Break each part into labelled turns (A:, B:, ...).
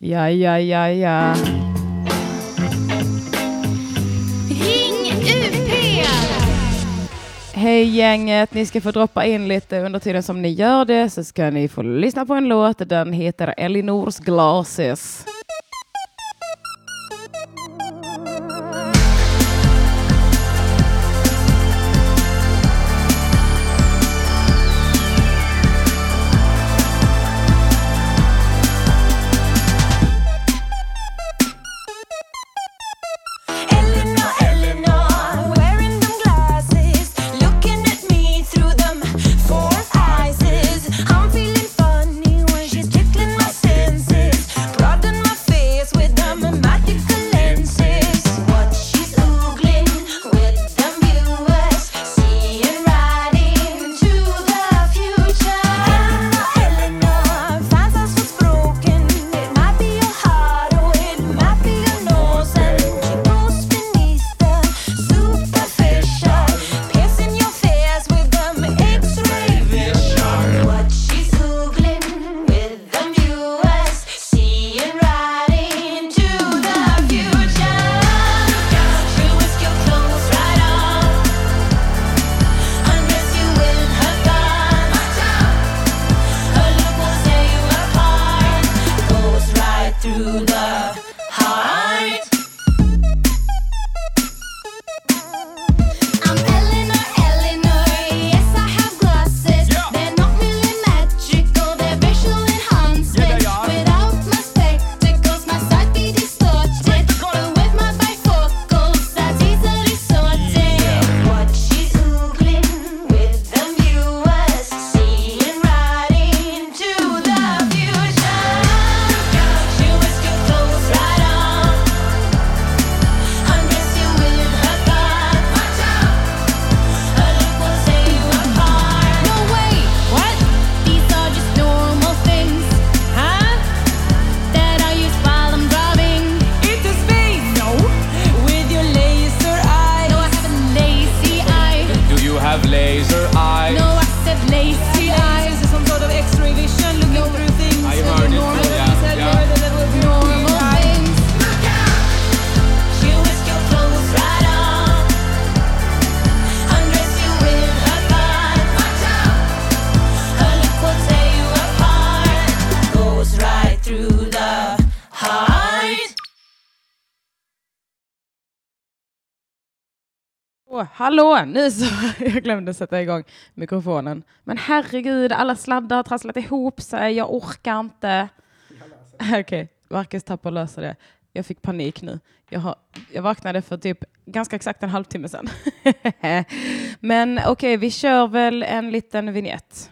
A: Ja, ja, ja, ja.
B: Ring UP!
A: Hej gänget, ni ska få droppa in lite under tiden som ni gör det så ska ni få lyssna på en låt. Den heter Elinors Glasses.
B: Eleanor, Eleanor, wearing them glasses, looking at me through them four eyes. I'm feeling funny when she's tickling my senses, prodding my face with them magical lenses. What she's oogling with them viewers, seeing right into the future. Eleanor, Eleanor, finds us what's broken. It might be your heart or it might be your nose, and she goes beneath the superficial, piercing your face with them X-ray vision. What she's googling with them viewers, seeing right into the future. She whisk your clothes right off, undress you in her gown. Watch out! Her look will tear you apart. Goes right through the heart. I'm Eleanor, Eleanor. Yes, I have glasses. They're not millimetrical. They're visual enhancement. Without my spectacles, my sight be distorted. But with my bifocals, that's easily sorted. What she's googling with the viewers, seeing right into the future. She whisked your clothes right on. Undress you in her gown. Watch out. Her look will tear you apart. No way. What? These are just normal things, huh? That I use while I'm driving into space. No. With your laser eye. No, I have a lazy eye.
C: Do you have laser eyes?
B: No, I said lazy eye.
D: Eyes is some sort of X-ray vision looking through things.
C: I heard it,
D: Normal
C: yeah,
D: things, I
C: yeah.
D: heard that were normal.
B: Normal things. She whisked your clothes right off. Undressed you in her gown. Watch out. Her look will tear you apart. Goes right through the heart.
A: Åh, hallå, nu så. Jag glömde sätta igång mikrofonen. Men herregud, alla sladdar har trasslat ihop sig. Jag orkar inte. Okej, Marcus tappar löser det. Jag fick panik nu. Jag, har, jag vaknade för typ ganska exakt en halvtimme sedan. Men okej, vi kör väl en liten vignett.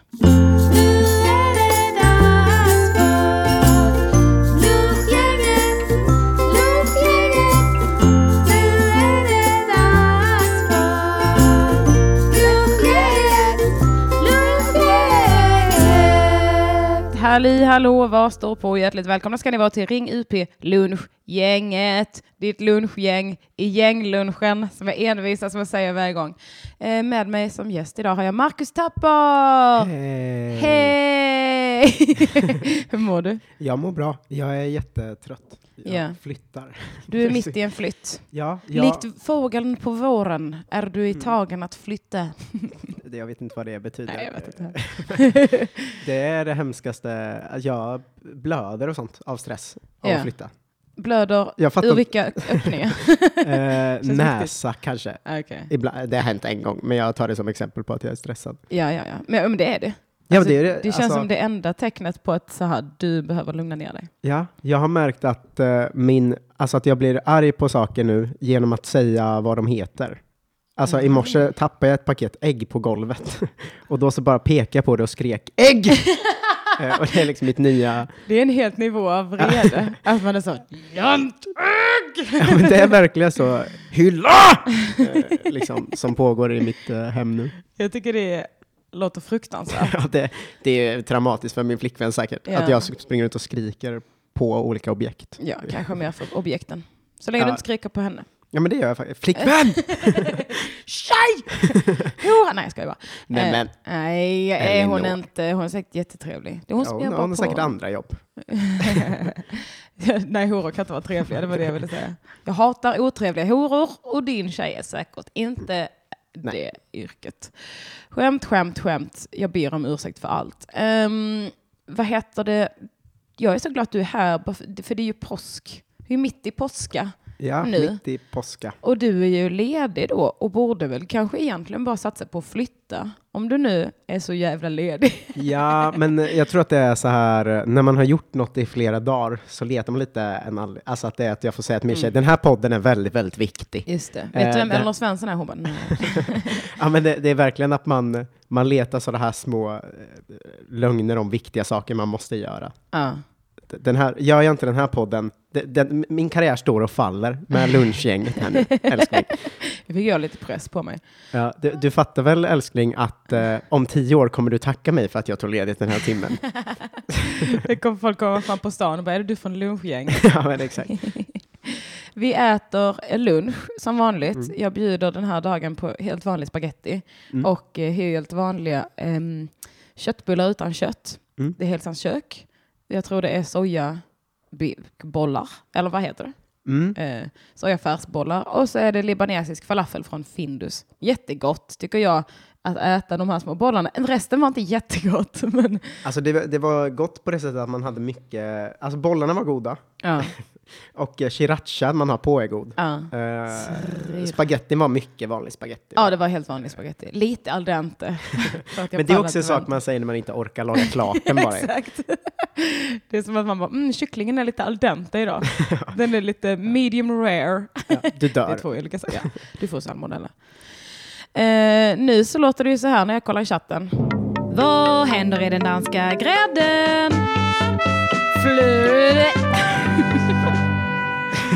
A: Halli hallå, vad står på? Hjärtligt välkomna ska ni vara till Ring UP Lunchgänget. Ditt lunchgäng i gänglunchen som jag envisas med att säga varje gång. Eh, med mig som gäst idag har jag Marcus Tapper.
E: Hej.
A: Hej! Hur mår du?
E: Jag mår bra. Jag är jättetrött. Jag
A: Ja.
E: flyttar.
A: Du är mitt i en flytt.
E: Ja, Mm. jag,
A: Likt fågeln på våren är du i tagen att flytta.
E: det- jag vet inte vad det betyder.
A: Nej, jag vet inte.
E: Det är det hemskaste. Jag blöder och sånt av stress av
A: Ja.
E: att flytta.
A: Blöder
E: Jag fattar
A: ur
E: inte.
A: vilka öppningar?
E: Eh,
A: viktigt.
E: näsa kanske.
A: Okej.
E: Ibland, det har hänt en gång, men jag tar det som exempel på att jag är stressad.
A: Ja, ja, ja. Men, men det är det.
E: Ja,
A: Alltså,
E: men det är det.
A: känns
E: Alltså-
A: som det enda tecknet på att så här, du behöver lugna ner dig.
E: Ja, jag har märkt att, eh, min, alltså att jag blir arg på saker nu genom att säga vad de heter. Alltså
A: Mm.
E: i morse tappade jag ett paket ägg på golvet och då så bara pekade jag på det och skrek ägg! Eh, och det är liksom mitt nya,
A: Det är en helt nivå av vrede. att man är så,
E: ja, men det är verkligen så hylla! Eh, liksom, som pågår i mitt eh, hem nu.
A: jag tycker det låter fruktansvärt.
E: Ja, det, det är traumatiskt för min flickvän säkert,
A: Ja.
E: att jag springer ut och skriker på olika objekt.
A: Ja, kanske mer för objekten. Så länge du
E: Ja.
A: inte skriker på henne.
E: Ja men det gör jag faktiskt. Flickvän!
A: Tjej! Hora! Nej, jag skojar bara.
E: Nej,
A: Eh,
E: men-
A: nej, är hon
E: Elinor.
A: inte. Hon är säkert jättetrevlig. Det är hon
E: Ja,
A: som
E: hon,
A: jobbar
E: hon har
A: på...
E: säkert andra jobb.
A: Nej, horor kan inte vara trevliga. Det var det jag ville säga. Jag hatar otrevliga horor och din tjej är säkert inte
E: Nej.
A: det yrket. Skämt, skämt, skämt. Jag ber om ursäkt för allt. Ehm, vad heter det? Jag är så glad att du är här, bara för- för det är ju påsk. Det är ju mitt i påska.
E: Ja,
A: Nu.
E: mitt i påska.
A: Och du är ju ledig då och borde väl kanske egentligen bara satsa på att flytta. Om du nu är så jävla ledig.
E: Ja, men jag tror att det är så här, när man har gjort något i flera dagar så letar man lite en anledning. Alltså att det är att jag får säga till min tjej, den här podden är väldigt, väldigt viktig.
A: Just det. Vet du vem
E: det-
A: Elinor Svensson är? Hon bara, nej.
E: Ja, men det, det är verkligen att man, man letar sådana här små eh, lögner om viktiga saker man måste göra.
A: Ja.
E: D- Den här, gör jag inte den här podden, d- den, min karriär står och faller med lunchgänget här nu, älskling.
A: Jag fick göra lite press på mig.
E: Ja, du, du fattar väl älskling att eh, om tio år kommer du tacka mig för att jag tog ledigt den här timmen?
A: Det kom folk komma fram på stan och bara, är det du från lunchgäng?
E: ja, men exakt.
A: Vi äter lunch som vanligt. Jag bjuder den här dagen på helt vanlig spaghetti och eh, helt vanliga ehm, köttbullar utan kött.
E: Mm.
A: Det är Hälsans kök. Jag tror det är sojabollar, eller vad heter det?
E: Mm.
A: eh, sojafärsbollar och så är det libanesisk falafel från Findus. Jättegott tycker jag att äta de här små bollarna. Resten var inte jättegott, men
E: Alltså det, var- det var gott på det sättet att man hade mycket, alltså bollarna var goda
A: ja.
E: och eh, srirachan man har på är god.
A: ja.
E: Uh, spagetti var mycket vanlig spagetti.
A: Ja, det var helt vanlig spagetti. Lite al dente. För att jag
E: men det är
A: pallar
E: också en
A: inte
E: sak
A: vänta.
E: man säger när man inte orkar laga klart den bara.
A: Exakt. Det är som att man bara, mm, kycklingen är lite al dente idag. Den är lite medium rare.
E: Ja, du
A: Det
E: dör.
A: tror jag lyckas säga. Du får salmonella. Eh, nu så låter det ju så här när jag kollar i chatten. Vad händer i den danska grädden? Flöde.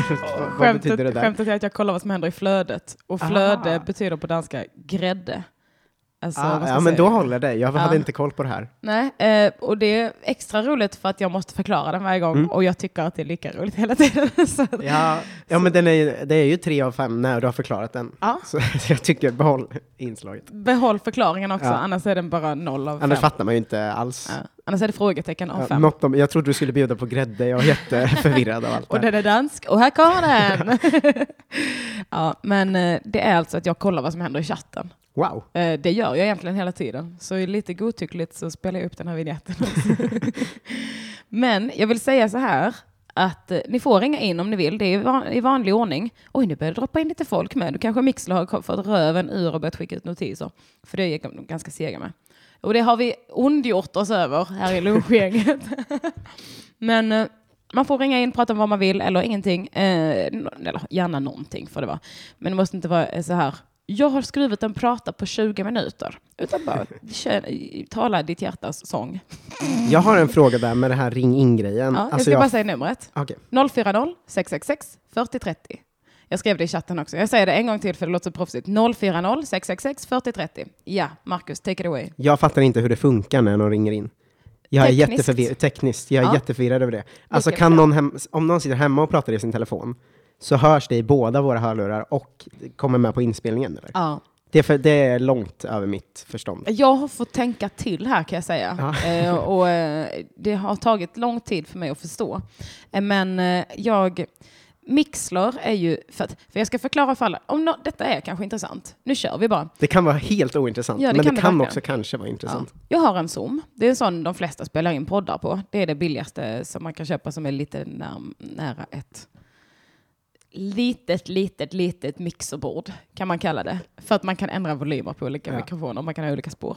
E: Vad- Vad
A: Skämtet,
E: betyder det där?
A: skämtet är att jag kollar vad som händer i flödet. Och flöde betyder på danska grädde. Alltså, vad
E: Ah,
A: ska
E: ja,
A: jag
E: men
A: säga?
E: då håller det. Jag hade
A: Ja.
E: inte koll på det här.
A: Nej, eh, och det är extra roligt för att jag måste förklara den varje gång och jag tycker att det är lika roligt hela tiden. Så, att-
E: Mm. Ja, ja men den är, ju- det är ju tre av fem när du har förklarat den.
A: Ja.
E: Så, så jag tycker behåll inslaget.
A: Behåll förklaringen också,
E: Ja.
A: annars är den bara noll av fem.
E: Annars fattar man ju inte alls.
A: ja. annars är det frågetecken av
E: Ja,
A: fem.
E: något om, jag trodde du skulle bjuda på grädde, jag är jätteförvirrad av allt
A: Och
E: det här.
A: den är dansk, och här kommer den! ja, men eh, det är alltså att jag kollar vad som händer i chatten.
E: Wow.
A: Eh, Det gör jag egentligen hela tiden, så i lite godtyckligt så spelar jag upp den här vignetten också. Men jag vill säga så här, att eh, ni får ringa in om ni vill, det är i van- i vanlig ordning. Oj, nu börjar det droppa in lite folk med. Nu kanske Mixler har fått röven ur och börjat skicka ut notiser. För det är de ganska sega med. Och det har vi ondgjort oss över här i lunchgänget. Men eh, man får ringa in, prata om vad man vill eller ingenting. Eh, n- eller gärna någonting får det vara. Men det måste inte vara eh, så här. Jag har skrivit en prata på 20 minuter. Utan bara kör, tala ditt hjärtas sång.
E: Jag har en fråga där med det här ring in-grejen.
A: Ja, jag
E: Alltså,
A: ska bara säga numret.
E: Okej.
A: 040 666 4030. Jag skrev det i chatten också. Jag säger det en gång till för det låter så proffsigt. 040 666 4030. Ja, Marcus, take it away.
E: Jag fattar inte hur det funkar när någon ringer in. Jag är
A: Tekniskt.
E: jätteförvirrad, tekniskt, jag är
A: Ja.
E: jätteförvirrad över det. Alltså
A: Lika
E: kan
A: bra.
E: någon hem, om någon sitter hemma och pratar i sin telefon så hörs det i båda våra hörlurar och kommer med på inspelningen? Eller?
A: Ja.
E: Det, är för, det är långt över mitt förstånd.
A: Jag har fått tänka till här kan jag säga. Eh, och, eh, det har tagit lång tid för mig att förstå. Eh, men eh, jag... Mixler är ju... För, att, för jag ska förklara för alla. Om nå- detta är kanske intressant. Nu kör vi bara.
E: Det kan vara helt ointressant,
A: Ja, det
E: men
A: kan
E: det
A: det
E: kan
A: verkligen.
E: också kanske vara
A: Ja.
E: intressant.
A: Jag har en Zoom. Det är en sån de flesta spelar in poddar på. Det är det billigaste som man kan köpa som är lite närm- nära ett litet, litet, litet mixerbord kan man kalla det. För att man kan ändra volymer på olika
E: Ja.
A: mikrofoner, man kan ha olika spår.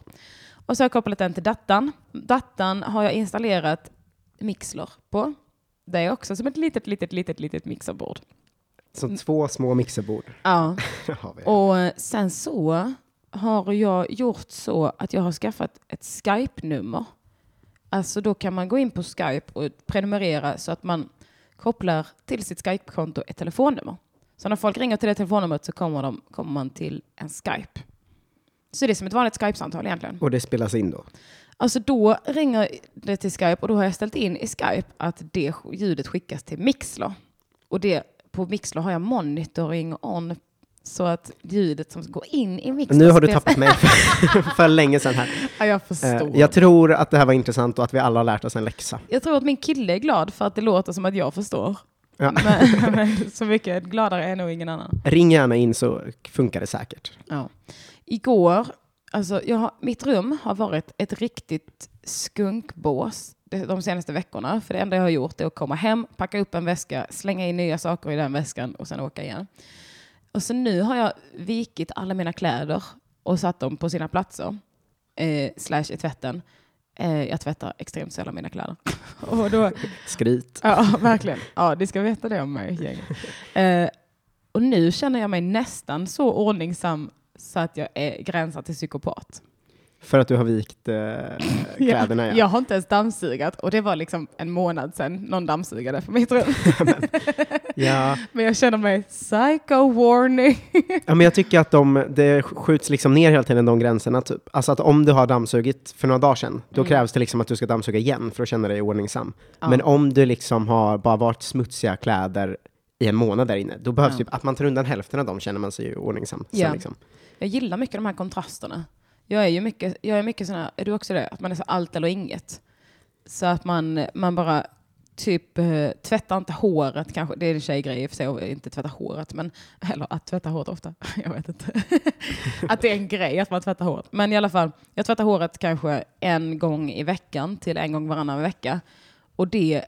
A: Och så har jag kopplat den till datan. Datan har jag installerat Mixler på. Det är också som ett litet, litet, litet, litet mixerbord.
E: Så två små mixerbord
A: Ja.
E: har vi.
A: Och eh, sen så har jag gjort så att jag har skaffat ett Skype-nummer. Alltså då kan man gå in på Skype och prenumerera så att man kopplar till sitt Skype-konto ett telefonnummer. Så när folk ringer till det telefonnumret så kommer, de, kommer man till en Skype. Så det är som ett vanligt Skype-samtal egentligen.
E: Och det spelas in då?
A: Alltså då ringer det till Skype och då har jag ställt in i Skype att det ljudet skickas till Mixler. Och det, på Mixler har jag monitoring on Så att ljudet som går in i mixen...
E: Nu har du tappat mig för, för länge sedan här.
A: Ja, jag
E: Eh,
A: förstår.
E: Jag tror att det här var intressant och att vi alla har lärt oss en läxa.
A: Jag tror att min kille är glad för att det låter som att jag förstår.
E: Ja.
A: Men, men så mycket gladare är nog ingen annan.
E: Ring gärna in så funkar det säkert.
A: Ja. Igår, alltså jag har, mitt rum har varit ett riktigt skunkbås de- de senaste veckorna. För det enda jag har gjort är att komma hem, packa upp en väska, slänga in nya saker i den väskan och sen åka igen. Och så nu har jag vikit alla mina kläder och satt dem på sina platser. Eh, slash i tvätten. Eh, jag tvättar extremt sällan mina kläder. och då,
E: Skryt.
A: Ja, verkligen. Ja, ni ska veta det om mig, gäng. Eh, och nu känner jag mig nästan så ordningsam så att jag är gränsar till psykopat.
E: För att du har vikt eh, kläderna.
A: Jag har inte ens dammsugat och det var liksom en månad sedan någon dammsugade för mitt rum.
E: Ja.
A: Men jag känner mig psycho warning.
E: Ja, men jag tycker att de, det skjuts liksom ner hela tiden, de gränserna. Typ. Alltså att om du har dammsugit för några dagar sedan,
A: Mm.
E: då krävs det liksom att du ska dammsuga igen för att känna dig ordningsam. Men om du liksom har bara varit smutsiga kläder i en månad där inne, då behövs
A: Ja.
E: typ att man tar undan hälften av dem känner man sig ju ordningsam. Sen,
A: Ja.
E: liksom.
A: Jag gillar mycket de här kontrasterna. Jag är ju mycket, jag är mycket sån här, är du också det? Att man är så allt eller inget. Så att man, man bara typ eh, tvättar inte håret kanske. Det är en tjejgrej i och för sig, att inte tvätta håret. Men, eller att tvätta håret ofta. Jag vet inte. att det är en grej att man tvättar håret. Men i alla fall, jag tvättar håret kanske en gång i veckan till en gång varannan vecka. Och det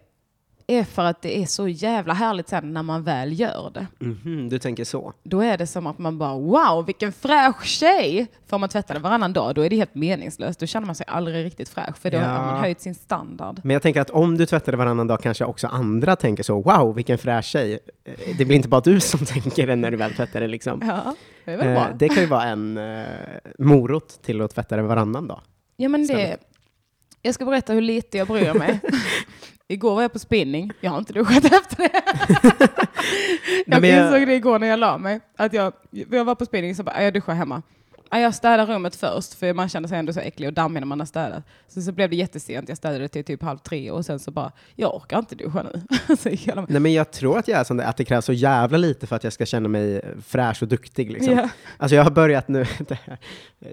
A: är för att det är så jävla härligt sen när man väl gör det
E: Mhm, du tänker så.
A: då är det som att man bara wow, vilken fräsch tjej! För om man tvättar den varannan dag, då är det helt meningslöst. Då känner man sig aldrig riktigt fräsch, för då
E: Ja.
A: har man höjt sin standard.
E: Men jag tänker att om du tvättade varannan dag kanske också andra tänker så, wow vilken fräsch tjej. Eh, Det blir inte bara du som tänker det när du väl tvättar det liksom.
A: Ja, det är väl
E: Eh,
A: bra.
E: det kan ju vara en eh, morot till att tvätta det varannan dag.
A: ja, men det, jag ska berätta hur lite jag bryr mig. igår var jag på spinning. Jag har inte duschat efter det. jag
E: men jag-
A: insåg det igår när jag la mig. Att jag, jag var på spinning så bara, jag duschar hemma. Ja, Jag städar rummet först, för man känner sig ändå så äcklig och dammig när man har städat. Så, så blev det jättesent, jag städade till typ halv tre och sen så bara, jag orkar inte duscha nu. så gick jag la mig.
E: Nej men jag tror att jag är sån där, att det krävs så jävla lite för att jag ska känna mig fräsch och duktig liksom.
A: Ja.
E: Alltså jag har börjat nu, det här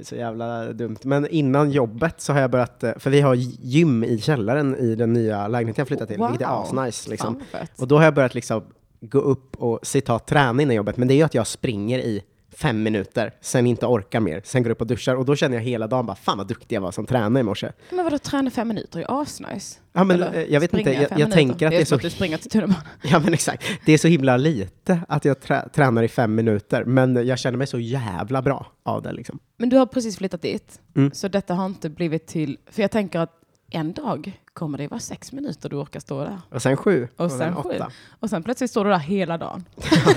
E: är så jävla dumt, men innan jobbet så har jag börjat, eh, för vi har gym i källaren i den nya lägenheten jag flyttat till, vilket är asnice liksom.
A: Fan, vad fett.
E: Och då har jag börjat liksom gå upp och citat träna innan jobbet, men det är ju att jag springer i fem minuter, sen inte orkar mer, sen går upp och duschar och då känner jag hela dagen bara fan vad duktig jag var som tränade i morse.
A: Men vadå träna fem minuter är asnice?
E: Ja, men,
A: Eller
E: eh, jag vet
A: springa
E: inte, jag-
A: fem
E: jag
A: minuter.
E: tänker att det är
A: som
E: så
A: att du springer till tunnelbanan.
E: Ja men exakt, det är så himla lite att jag trä- tränar i fem minuter, men jag känner mig så jävla bra av det liksom.
A: Men du har precis flyttat dit,
E: Mm.
A: så detta har inte blivit till... För jag tänker att en dag kommer det vara sex minuter du orkar stå där.
E: Och sen sju,
A: Och sen sju. Och sen plötsligt står du där hela dagen.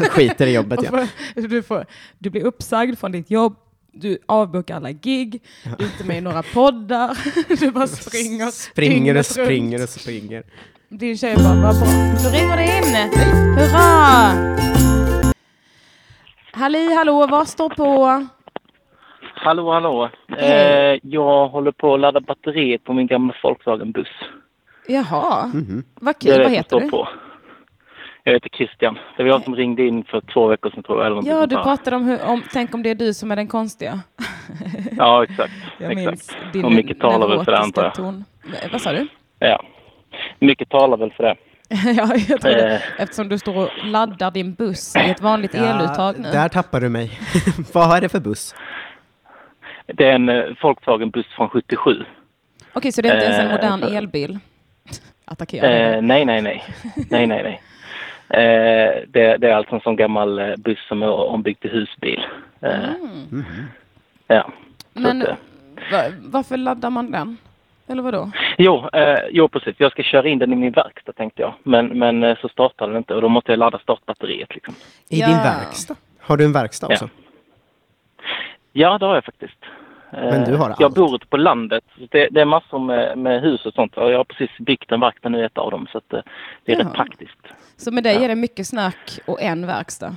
E: Skiter i jobbet
A: Och
E: ja.
A: får, du, får, du blir uppsagd från ditt jobb, du avbokar alla gig, du är inte med i några poddar, du bara springer.
E: Springer och
A: dygnet runt.
E: springer och springer.
A: Din tjej bara, vad bra. Då ringer det in. Hurra! Halli hallå, vad står på?
F: Hallå, hallå.
A: Hej.
F: Eh, jag håller på att ladda batteriet på min gamla Volkswagen-buss.
A: Jaha,
E: Mhm.
A: vad
F: Det är
A: kul. Vad
F: som
A: heter
F: står
A: du?
F: På. Jag heter Christian. Det var jag som ringde in för två veckor sedan tror jag. Eller någonting
A: Ja,
F: sånt
A: du
F: där.
A: pratade om, hur, om tänk om det är du som är den konstiga.
F: Ja, exakt.
A: Jag minns
F: exakt.
A: din
F: Och mycket talar väl för det antar
A: neurotiska
F: jag.
A: ton. V- Vad sa du?
F: Ja. Mycket talar väl för det.
A: ja, jag tror det.
F: Eh.
A: Eftersom du står och laddar din buss i ett vanligt eluttag nu.
E: där tappar du mig. Vad är det för buss?
F: Det är en eh, Volkswagen-buss från 77.
A: Okej, så det är inte ens en
F: Eh,
A: modern
F: för-
A: elbil? Attackerar
F: Eh,
A: dig.
F: nej, nej, nej. nej, nej, nej. Eh, det, det är alltså en sån gammal eh, buss som är ombyggd till husbil. Eh, Ja. Så
A: Mm. Men
F: att, eh,
A: va- varför laddar man den? Eller vadå?
F: Jo, eh, jo, precis. Jag ska köra in den i min verkstad tänkte jag. Men, men eh, så startade den inte och då måste jag ladda startbatteriet. Liksom.
E: I
A: Ja.
E: din verkstad? Har du en verkstad
F: Ja.
E: också?
F: Ja, det har jag faktiskt. Eh,
E: Men du har allt.
F: jag bor ute på landet. Så Det, det är massor med, med hus och sånt. Och jag har precis byggt en verkstad nu i ett av dem. Så att, eh, det är
A: Jaha.
F: rätt praktiskt.
A: Så med dig är det mycket snack och en verkstad.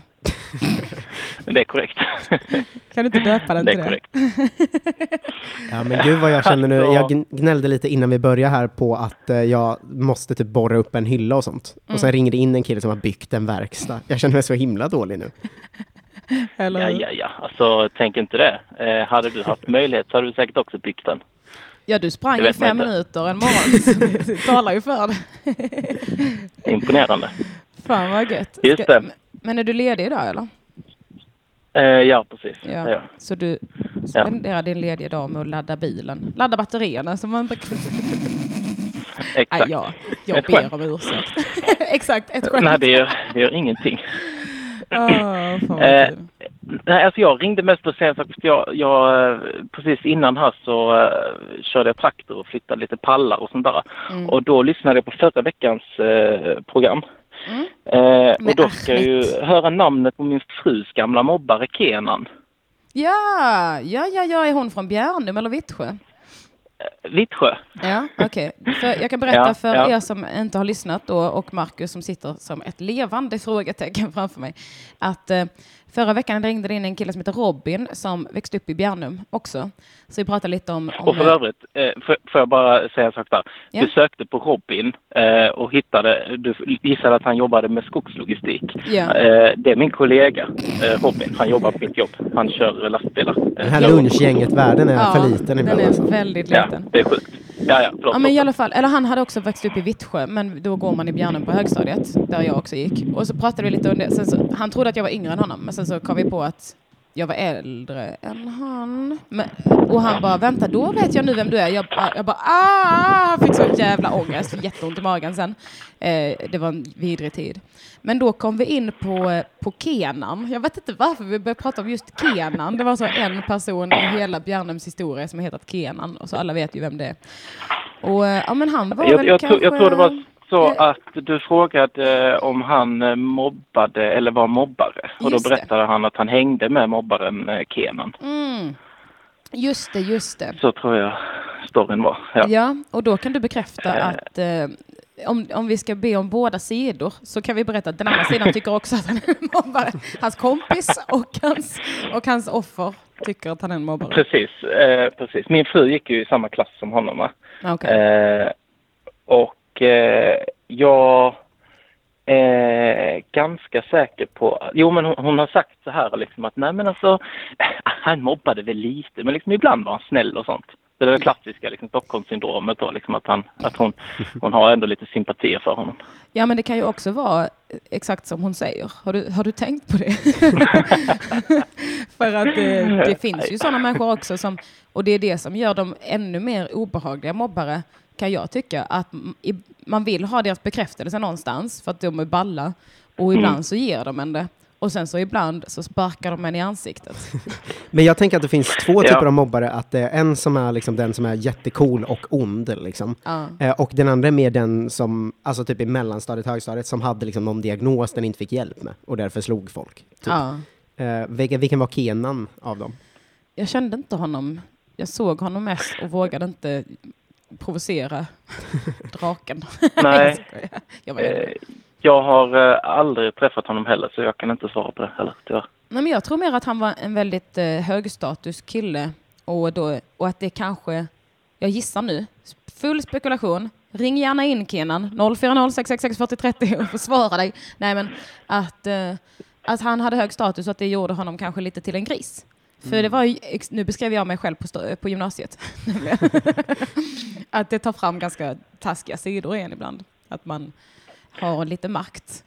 F: Men Det är korrekt.
A: Kan du inte döpa den
F: det
A: till
F: är
A: det?
F: korrekt.
E: Ja, men gud vad jag känner nu. Jag gn- gnällde lite innan vi började här på att eh, jag måste typ borra upp en
A: Mm.
E: hylla och sånt. Och sen ringde in en kille som har byggt en verkstad. Jag känner mig så himla dålig nu.
A: Eller
F: Ja,
A: hur?
F: ja, ja. Alltså, tänk inte det. Eh, hade du haft möjlighet så hade du säkert också byggt den.
A: Ja, du sprang
F: Det
A: i
F: vet man
A: fem
F: inte.
A: minuter en morgon. så det talar ju för det.
F: Imponerande.
A: Fan vad gött.
F: Just det.
A: Men är du ledig idag eller?
F: Eh, ja, precis.
A: Ja.
F: Ja.
A: Så du
F: Ja.
A: spenderar din lediga dag med att ladda bilen? Ladda batterierna så man inte... Nej,
F: Exakt.
A: jag, jag
F: Ett skämt.
A: ber om ursäkt. Exakt, ett skämt.
F: Nej, det gör, det gör ingenting.
A: Åh, fan vad
F: Eh,
A: kul.
F: Nej, alltså jag ringde mest för att säga en sak. för att Jag, jag, eh, precis innan här så eh, körde jag traktor och flyttade lite pallar och sånt där. Och då lyssnade jag på förra veckans eh, program. Eh, och
A: Med
F: då ska jag ju
A: Ahmed.
F: höra namnet på min frus gamla mobbare Kenan.
A: Ja, ja, ja, ja, är hon från Bjärnum eller Vittsjö?
F: Vittsjö.
A: Ja, okej. För Jag kan berätta
F: Ja,
A: för
F: ja.
A: er som inte har lyssnat då och Marcus som sitter som ett levande frågetecken framför mig. Att eh, förra veckan ringde det in en kille som heter Robin som växte upp i Bjärnum också. Så vi pratade lite om... om
F: Och för övrigt, eh, får- får jag bara säga en sak där?
A: Ja.
F: Du sökte på Robin eh, och hittade, du gissade att han jobbade med skogslogistik.
A: Ja.
F: Eh, det är min kollega eh, Robin, han jobbar på mitt jobb. Han kör eh, lastbilar. Eh,
E: Den här
F: ja.
E: lunchgänget-världen är
A: Ja,
E: för liten ibland.
A: Den är
E: Alltså.
A: väldigt
F: Ja,
A: liten. Ja.
F: det är sjukt. Ja, ja, förlåt.
A: men i
F: förlåt.
A: alla fall, eller han hade också växt upp i Vittsjö, men då går man i Bjärnum på högstadiet, där jag också gick. Och så pratade vi lite om det, sen så, han trodde att jag var yngre än honom, men sen så kom vi på att jag var äldre än han. Men, och han bara, vänta, då vet jag nu vem du är. Jag, bara- jag bara, ah! Fick sån jävla ångest, jätteont i magen sen. Eh, det var en vidrig tid. Men då kom vi in på, eh, på Kenan. Jag vet inte varför vi började prata om just Kenan. Det var så en person i hela Bjärnums historia som hetat Kenan. Och så alla vet ju vem det är. Och eh, ja, men han var
F: jag,
A: väl
F: jag, tror,
A: kanske...
F: jag tror det var så
A: Eh,
F: att du frågade om han eh, mobbade eller var mobbare. Och då
A: Just det.
F: berättade han att han hängde med mobbaren eh, Kenan.
A: Mm. Just det, just det.
F: Så tror jag storyn var. Ja.
A: Ja. och då kan du bekräfta att eh, om, om vi ska be om båda sidor så kan vi berätta att den andra sidan tycker också att han är en mobbare. Hans kompis och hans, och hans offer tycker att han är en mobbare.
F: Precis, eh, precis. Min fru gick ju i samma klass som honom. Va?
A: Ja, okej.
F: Eh, och eh, jag är ganska säker på... Jo, men hon, hon har sagt så här liksom att nej men alltså, han mobbade väl lite, men liksom ibland var han snäll och sånt. Det är det klassiska liksom, Stockholmssyndromet då, liksom att, han, att hon, hon har ändå lite sympatier för honom.
A: Ja, men det kan ju också vara eh, exakt som hon säger. Har du, har du tänkt på det? För att det, det finns ju sådana människor också som, och det är det som gör dem ännu mer obehagliga mobbare, kan jag tycka, att m- i- man vill ha deras bekräftelse någonstans för att de är balla och
F: Mm.
A: ibland så ger de en det. Och sen så ibland så sparkar de en i ansiktet.
F: Typ.
E: Men jag tänker att det finns två
F: Ja.
E: typer av mobbare. Att det är en som är liksom den som är jättecool och ond. Liksom.
A: Ja.
E: Eh, Och den andra är mer den som, alltså typ i mellanstadiet, högstadiet, som hade liksom någon diagnos den inte fick hjälp med och därför slog folk. Typ.
A: Ja.
E: Eh, vilken, vilken var Kenan av dem?
A: Jag kände inte honom. Jag såg honom mest och vågade inte provocera draken.
F: Nej.
A: jag var
F: Eh, jag har eh, aldrig träffat honom heller, så jag kan inte svara på det heller, tyvärr.
A: Nej, men jag tror mer att han var en väldigt eh, högstatus kille och, då, och att det kanske, jag gissar nu, sp- full spekulation. Ring gärna in Kenan, 0406664030 och försvara dig. Nej men att, eh, att han hade hög status och att det gjorde honom kanske lite till en gris. För det var ju, ex- nu beskrev jag mig själv på, stå- på gymnasiet. nämligen. att det tar fram ganska taskiga sidor igen ibland. Att man har lite makt.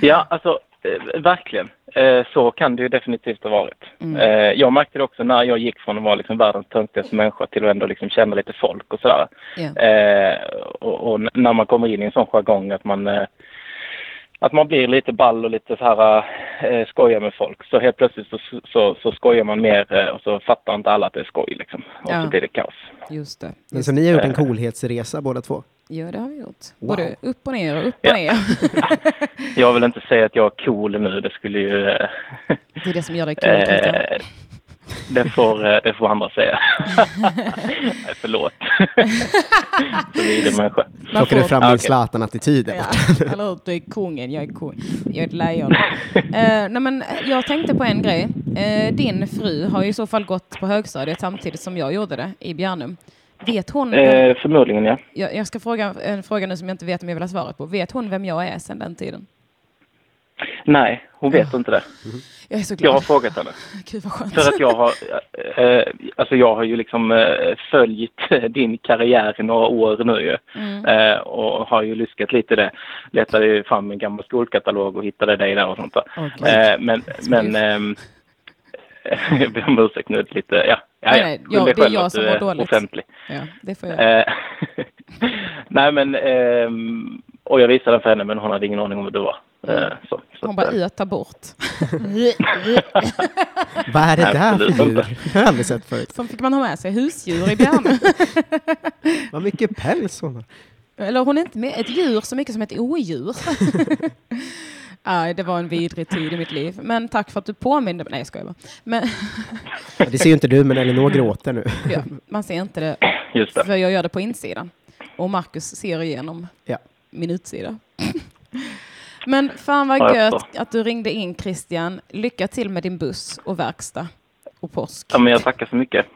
F: Ja, alltså eh, verkligen. Eh, så kan det ju definitivt ha varit.
A: Mm.
F: Eh, jag märkte det också när jag gick från att vara liksom världens töntigaste människa till att ändå liksom känna lite folk och sådär.
A: Ja.
F: Eh, och, och n- när man kommer in i en sån jargong att man eh, att man blir lite ball och lite så här eh, skojar med folk. Så helt plötsligt så, så, så skojar man mer eh, och så fattar inte alla att det är skoj liksom. Och
A: Ja.
F: så blir det kaos.
A: Just det.
E: Men så ni har gjort en coolhetsresa båda två?
A: Ja, det har vi gjort.
E: Wow.
A: Både upp och ner och upp och
F: Ja.
A: ner.
F: Jag vill inte säga att jag är cool nu. Det skulle ju... Eh,
A: Det är det som gör det kul, Christian.
F: Eh, det, får, eh, det får andra säga. Nej, förlåt. Så vidrig människa.
A: Man
E: Plockade
A: får-
E: fram
F: Ah,
E: din
F: okej.
E: Zlatan-attityd. där
A: Ja,
E: borta.
A: eller hur? Du är kungen, jag är kung. Jag är ett lejon. Eh, nej, men jag tänkte på en grej. Eh, din fru har ju i så fall gått på högstadiet samtidigt som jag gjorde det i Bjärnum. Vet hon... Vem,
F: Eh, förmodligen ja.
A: jag, jag ska fråga en fråga nu som jag inte vet om jag vill ha svaret på. Vet hon vem jag är sedan den tiden?
F: Nej, hon vet inte det.
A: Jag är så
F: Jag har
A: glad.
F: frågat henne.
A: Gud vad skönt.
F: För att jag har, eh, alltså jag har ju liksom eh, följt eh, din karriär i några år nu ju.
A: Mm.
F: Eh, och har ju luskat lite i det. Letade ju fram en gammal skolkatalog och hittade dig där och sånt där.
A: Åh, gud.
F: Eh, men, men ehm, jag ber om ursäkt nu lite, ja. ja,
A: Nej,
F: ja.
A: nej,
F: Skyll
A: jag-
F: dig
A: det är
F: själv
A: jag
F: att
A: som
F: du
A: mår
F: är
A: dåligt.
F: Offentlig.
A: Ja, det får jag.
F: Eh, nej men, ehm, och jag visade den för henne men hon hade ingen aning om vad det var. Eh, så, så
A: Hon
F: att,
A: bara,
F: eh,
A: i att ta bort.
E: Vad är det där
F: Absolut
E: för
F: inte.
E: djur? Det har jag aldrig sett förut.
A: Som fick man ha med sig husdjur i Bjärnö.
E: Vad mycket päls hon har.
A: Eller hon är inte med ett djur så mycket som ett odjur. Nej, det var en vidrig tid i mitt liv. Men tack för att du påminde mig. Nej, jag skojar bara. Men,
E: Ja, Det ser ju inte du, men Elinor gråter nu.
A: ja, man ser inte det,
F: just det.
A: för jag gör det på insidan. Och Marcus ser igenom
E: Ja.
A: min utsida. Men fan vad
F: Ja, jag
A: gött att du ringde in Christian. Lycka till med din buss och verkstad och påsk.
F: Ja, men jag tackar så mycket.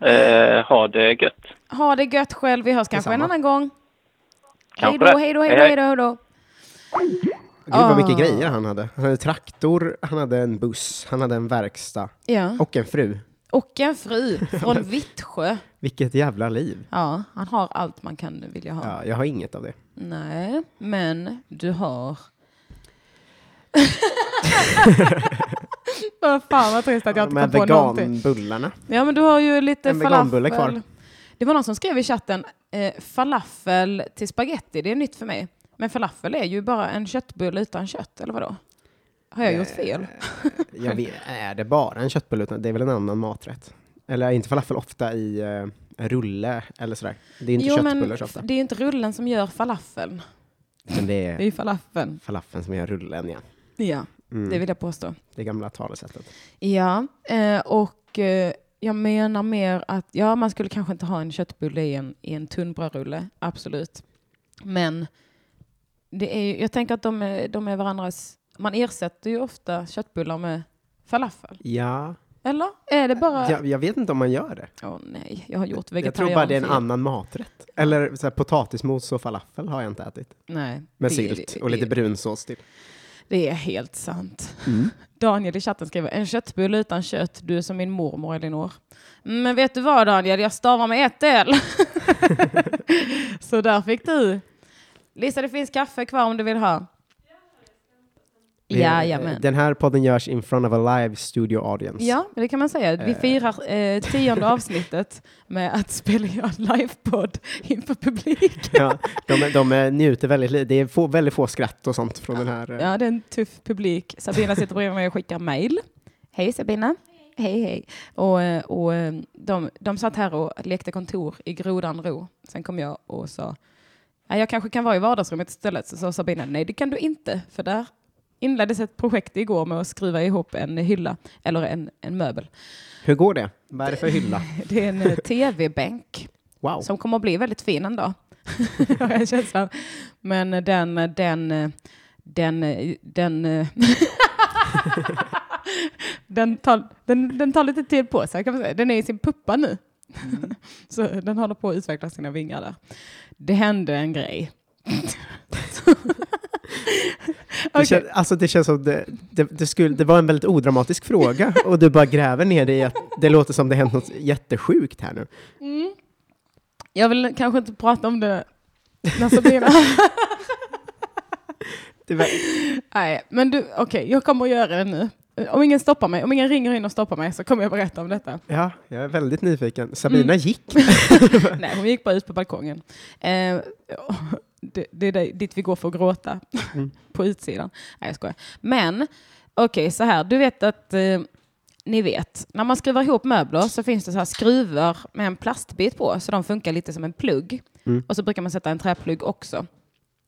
F: Eh, ha det gött.
A: Ha det gött själv. Vi hörs kanske en
E: Detsamma.
A: annan gång. Hej
F: Kanske
A: då,
F: det.
A: hej då, hej då, hej då, hej då.
E: Gud vad mycket
A: Ah.
E: grejer han hade. Han hade traktor, han hade en buss, han hade en verkstad
A: Ja.
E: och en fru.
A: Och en fru från Vittsjö.
E: Vilket jävla liv.
A: Ja, han har allt man kan vilja ha.
E: Ja, jag har inget av det.
A: Nej, men du har... Vad fan vad trist att jag
E: De
A: inte
E: här
A: kom på någonting.
E: veganbullarna.
A: Ja, men du har ju lite
E: En veganbulle
A: falafel.
E: kvar.
A: Det var någon som skrev i chatten, eh, falafel till spaghetti, det är nytt för mig. Men falafel är ju bara en köttbulle utan kött, eller vadå? Har jag
E: Eh,
A: gjort fel?
E: Jag vet, är det bara en köttbulle? utan- Det är väl en annan maträtt? Eller är inte falafel ofta i eh, rulle eller sådär? Det är inte
A: jo,
E: köttbullar
A: men
E: så ofta.
A: det är ju inte rullen som gör falafeln.
E: Men det
A: Det är
E: är
A: ju falafeln.
E: falafeln som gör rullen, ja.
A: Ja,
E: Mm.
A: det vill jag påstå.
E: Det gamla talesättet.
A: Ja, eh, och eh, jag menar mer att ja, man skulle kanske inte ha en köttbulle i en, i en tunn brödrulle, absolut. Men det är, ju- jag tänker att de är, de är varandras... Man ersätter ju ofta köttbullar med falafel.
E: Ja,
A: Eller? Är det bara... Åh
E: jag, jag vet inte om man gör det.
A: nej, jag har gjort
E: Jag
A: vegetarian.
E: tror bara det är en
A: fel.
E: annan maträtt. Eller så här, potatismos och falafel har jag inte ätit.
A: Nej,
E: Med
A: det-
E: sylt
A: det-
E: och lite
A: det-
E: brunsås till.
A: Det är helt sant. Daniel i chatten skriver, en köttbulle utan kött, du är som min mormor Elinor. Men vet du vad Daniel, jag stavar med ett L. Så där fick du. Lisa, det finns kaffe kvar om du vill ha.
E: Vi-
A: Jajamän.
E: Den här podden görs in front of a live studio audience.
A: Ja, det kan man säga. Vi firar eh, tionde avsnittet med att spela in en livepodd inför publik.
E: Ja, de, de eh, njuter väldigt lite. Det är få, väldigt få skratt och sånt från den här. eh,
A: Ja, det är en tuff publik. Sabina sitter bredvid mig och skickar mejl. Hej Sabina. Hej hej. Och, eh, och eh, de, de satt här och lekte kontor i grodan ro. Sen kom jag och sa, "Nej, jag kanske kan vara i vardagsrummet istället. Så sa Sabina, nej det kan du inte. För där inleddes ett projekt igår med att skruva ihop en hylla, eller en, en möbel.
E: Hur går det? Vad är det för hylla?
A: Det är en eh, tv-bänk
E: Wow.
A: som kommer att bli väldigt fin en dag. Har jag en känsla av. Men den, den, den, den, den, tar, den, den tar lite tid på sig kan man säga. Den är i sin puppa nu. Så den håller på att utveckla sina vingar där. Det hände en grej.
E: Det, kän, alltså det känns som det, det, det, skulle, det var en väldigt odramatisk fråga och du bara gräver ner dig i att det låter som det hänt något jättesjukt här nu.
A: Jag vill kanske inte prata om det när Sabina...
E: Det var,
A: Nej, men du, okej, jag kommer att göra det nu. Om ingen stoppar mig, om ingen ringer in och stoppar mig så kommer jag berätta om detta.
E: ja, jag är väldigt nyfiken. Sabina
A: Mm.
E: gick.
A: Nej, hon gick bara ut på balkongen. Eh, det, det är där- dit vi går för att gråta. på utsidan. Nej, jag skojar. Men, okej, så här. Du vet att... Eh, ni vet, när man skruvar ihop möbler så finns det så här skruvar med en plastbit på, så de funkar lite som en plugg. Och så brukar man sätta en träplugg också.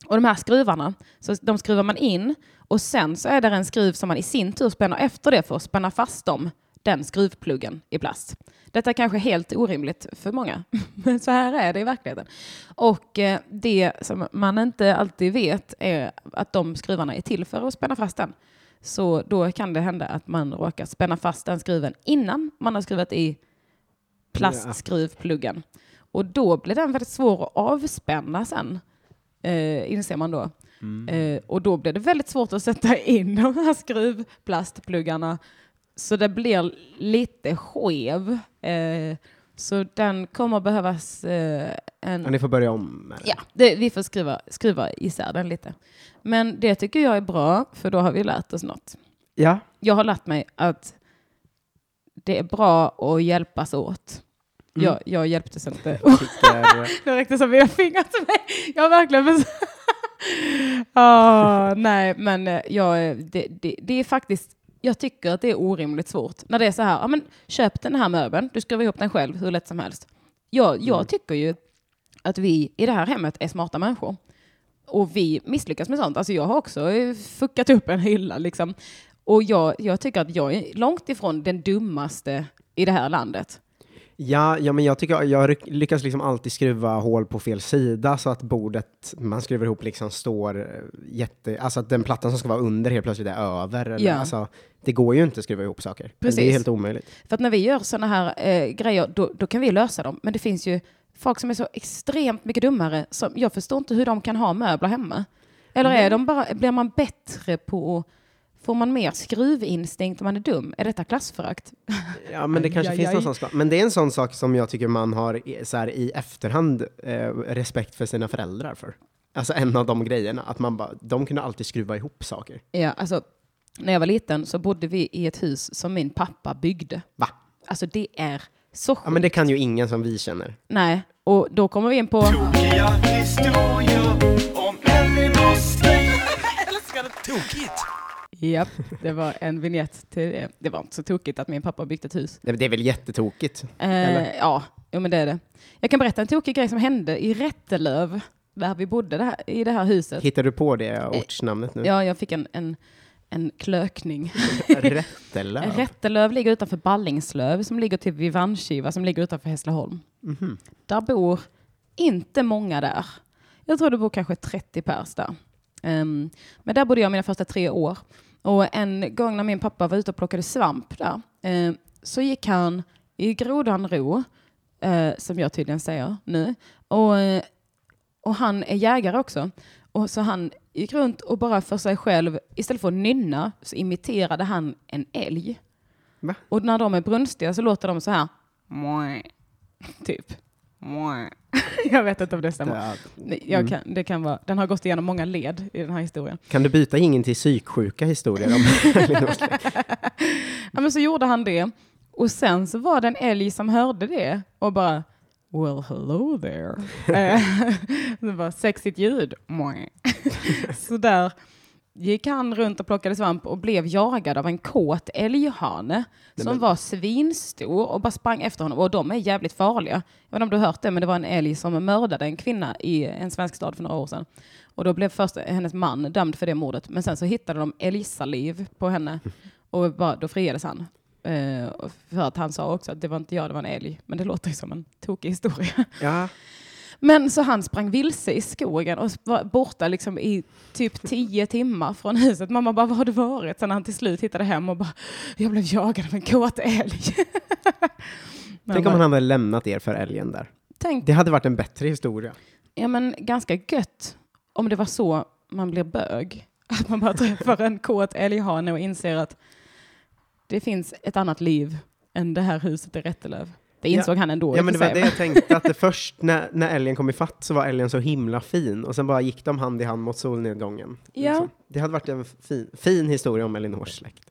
A: Och de här skruvarna, så de skruvar man in och sen så är det en skruv som man i sin tur spänner efter det för att spänna fast dem, den skruvpluggen i plast. Detta är kanske helt orimligt för många, men så här är det i verkligheten. Och eh, det som man inte alltid vet är att de skruvarna är till för att spänna fast den. Så då kan det hända att man råkar spänna fast den skruven innan man har skruvat i plastskruvpluggen. Och då blir den väldigt svår att avspänna sen. Eh, eh, inser man då. Eh, och då blir det väldigt svårt att sätta in de här skruvplastpluggarna. Så det blir lite skev. Eh, så den kommer behövas eh, en
E: Ja, ni får börja om. med det.
A: Ja, det, vi får skriva, skriva isär den lite. Men det tycker jag är bra, för då har vi lärt oss något.
E: Ja,
A: Jag har lärt mig att det är bra att hjälpas åt. Jag, jag hjälptes inte.
E: tycker,
A: Nu räckte som mina fingrar till mig. Jag har verkligen försökt. Ah, nej, men eh, jag, eh, det, det, det är faktiskt, jag tycker att det är orimligt svårt. När det är så här, ja, men, köp den här möbeln, du skruvar ihop den själv hur lätt som helst. Jag, jag tycker ju att vi i det här hemmet är smarta människor. Och vi misslyckas med sånt. Alltså jag har också eh, fuckat upp en hylla liksom. Och jag, jag tycker att jag är långt ifrån den dummaste i det här landet.
E: ja, ja, men jag tycker jag ryck- lyckas liksom alltid skruva hål på fel sida så att bordet man skruvar ihop liksom står eh, jätte, alltså att den plattan som ska vara under helt plötsligt är över. Eller,
A: Ja.
E: alltså, det går ju inte att skruva ihop saker.
A: Precis.
E: Det är helt omöjligt.
A: För att när vi gör sådana här eh, grejer, då, då kan vi lösa dem. Men det finns ju folk som är så extremt mycket dummare. Som, jag förstår inte hur de kan ha möbler hemma. Eller är de bara, blir man bättre på Får man mer skruvinstinkt om man är dum? Är detta klassförakt?
E: Ja, men det kanske
A: Aj,
E: finns
A: aj,
E: någon
A: aj.
E: sån sak. Men det är en sån sak som jag tycker man har i, så här, i efterhand eh, respekt för sina föräldrar för. Alltså en av de grejerna, att man bara, de kunde alltid skruva ihop saker.
A: Ja, alltså, när jag var liten så bodde vi i ett hus som min pappa byggde.
E: Va?
A: Alltså det är så sjukt.
E: Ja, men det kan ju ingen som vi känner.
A: Nej, och då kommer vi in på...
G: Tokiga historier om Elinors liv.
A: Japp, det var en vignett till det. Det var inte så tokigt att min pappa byggt ett hus.
E: Det, det är väl jättetokigt? Eller?
A: Eh, ja, jo, men det är det. Jag kan berätta en tokig grej som hände i Rättelöv, där vi bodde det här, i det här huset.
E: Hittar du på det ortsnamnet nu?
A: Ja, jag fick en, en, en klökning.
E: Rättelöv?
A: Rättelöv ligger utanför Ballingslöv, som ligger till Vivanskiva, som ligger utanför Hässleholm. Där bor inte många där. Jag tror det bor kanske 30 pers där. Ehm, men där bodde jag mina första tre år. Och en gång när min pappa var ute och plockade svamp där, eh, så gick han i grodan ro, eh, som jag tydligen säger nu, och eh, och han är jägare också. Och så han gick runt och bara för sig själv, istället för att nynna, så imiterade han en älg.
E: Va?
A: Och när de är brunstiga så låter de så här. "Mwah." Typ. "Mwah." Jag vet inte om det stämmer.
E: Ja. Mm.
A: Nej, Jag kan, det kan vara, den har gått igenom många led i den här historien.
E: Kan du byta ingen till psyksjuka historier? Om Elinors liv?
A: Ja, men så gjorde han det. Och sen så var det en älg som hörde det och bara Well hello there. Eh, det var sexigt ljud. Mwah. så där gick han runt och plockade svamp och blev jagad av en kåt älghane som var svinstor och bara sprang efter honom. Och de är jävligt farliga. Jag vet inte om du har hört det, men det var en älg som mördade en kvinna i en svensk stad för några år sedan. Och då blev först hennes man dömd för det mordet, men sen så hittade de älgsaliv på henne och bara, då friades han. Eh, och för att han sa också att det var inte jag, det var en älg. Men det låter ju som en tokig historia.
E: ja.
A: Men så han sprang vilse i skogen och var borta liksom i typ tio timmar från huset. Mamma bara, vad har du varit? Sen när han till slut hittade hem och bara, jag blev jagad av en kåt älg. Men
E: Tänk om han hade lämnat er för älgen där.
A: tänk,
E: Det hade varit en bättre historia.
A: ja men ganska gött om det var så man blir bög. Att man bara träffar en kåt älghane och inser att det finns ett annat liv än det här huset i Rättelöv. Det
E: Ja.
A: insåg han ändå. i
E: Ja,
A: och
E: men det
A: för
E: var det
A: sig.
E: jag tänkte, att det först när, när älgen kom i fatt så var älgen så himla fin och sen bara gick de hand i hand mot solnedgången.
A: Ja.
E: Det hade varit en fin, fin historia om Elinors släkt.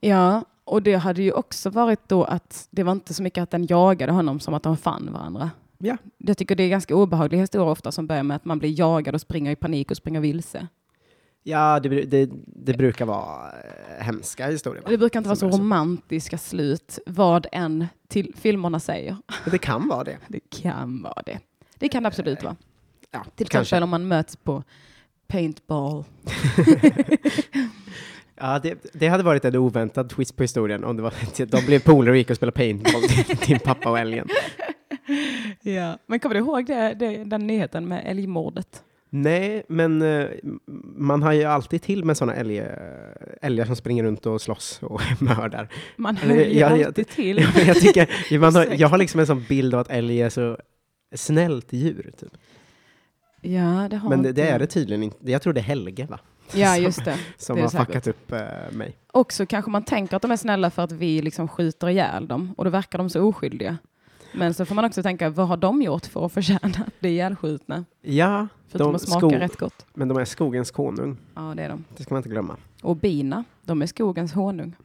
A: Ja, och det hade ju också varit då att det var inte så mycket att den jagade honom som att de fann varandra.
E: Ja.
A: Jag tycker det är ganska obehagliga historier ofta som börjar med att man blir jagad och springer i panik och springer vilse.
E: Ja, det, bru- det, det brukar vara eh, hemska historier. va?
A: Det brukar inte vara så
E: Som är
A: romantiska slut, vad än till filmerna säger.
E: Men Det kan vara det.
A: Det kan vara det. Det kan det absolut vara.
E: Ja,
A: Till
E: kanske.
A: exempel om man möts på paintball.
E: Ja, det, det hade varit en oväntad twist på historien om det var, de blev polare och gick och spelade paintball till din pappa och älgen.
A: Ja. Men kommer du ihåg det, det, den nyheten med älgmordet?
E: Nej, men eh, man har ju alltid till med sådana älg, älgar som springer runt och slåss och mördar.
A: Man
E: Eller,
A: höll ju
E: jag- jag-
A: alltid till.
E: Ja, men jag, tycker, man har, jag har liksom en sån bild av att älg är så snällt djur. Typ.
A: Ja, det har
E: Men det,
A: inte-
E: det är det tydligen inte. Jag tror det är Helge, va?
A: Ja,
E: som-
A: just det.
E: Som
A: det är
E: har
A: det säkert.
E: fuckat upp eh, mig.
A: Också kanske man tänker att de är snälla för att vi liksom skjuter ihjäl dem och då verkar de så oskyldiga. Men så får man också tänka, vad har de gjort för att förtjäna att bli ihjälskjutna?
E: Ja,
A: Förutom
E: de
A: att smaka
E: skog-
A: rätt gott.
E: men de är skogens konung.
A: Ja, det är de.
E: Det ska man inte glömma.
A: Och bina, de är skogens honung.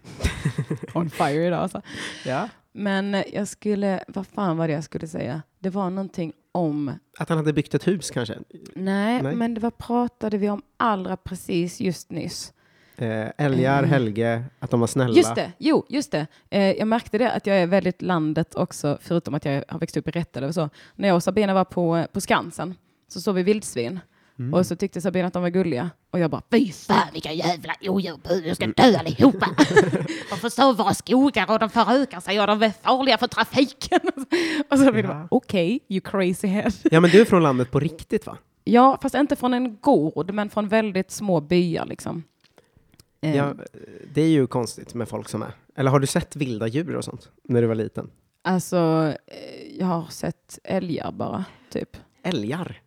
A: On fire idag alltså.
E: Ja.
A: Men jag skulle, vad fan var det jag skulle säga? Det var någonting om,
E: Att han hade byggt ett hus kanske.
A: nej,
E: Nej.
A: men det var, pratade vi om allra precis just nyss.
E: Eh, älgar, Helge, att de var snälla.
A: Mm. Just det, jo, just det. Eh, jag märkte det att jag är väldigt landet också, förutom att jag har växt upp i Rättaröv och så. När jag och Sabina var på, på Skansen så såg vi vildsvin.
E: Mm.
A: Och så tyckte Sabina att de var gulliga. Och jag bara, fy fan vilka jävla odjur, bu, du ska dö allihopa. De förstör våra skogar och de förökar sig och de är farliga för trafiken. och så blir det bara, okej, you crazy head.
E: Ja, men du är från landet på riktigt, va?
A: Ja, fast inte från en gård, men från väldigt små byar liksom. Eh,
E: Ja, det är ju konstigt med folk som är. Eller har du sett vilda djur och sånt när du var liten?
A: Alltså, eh, jag har sett älgar bara, typ.
E: Älgar?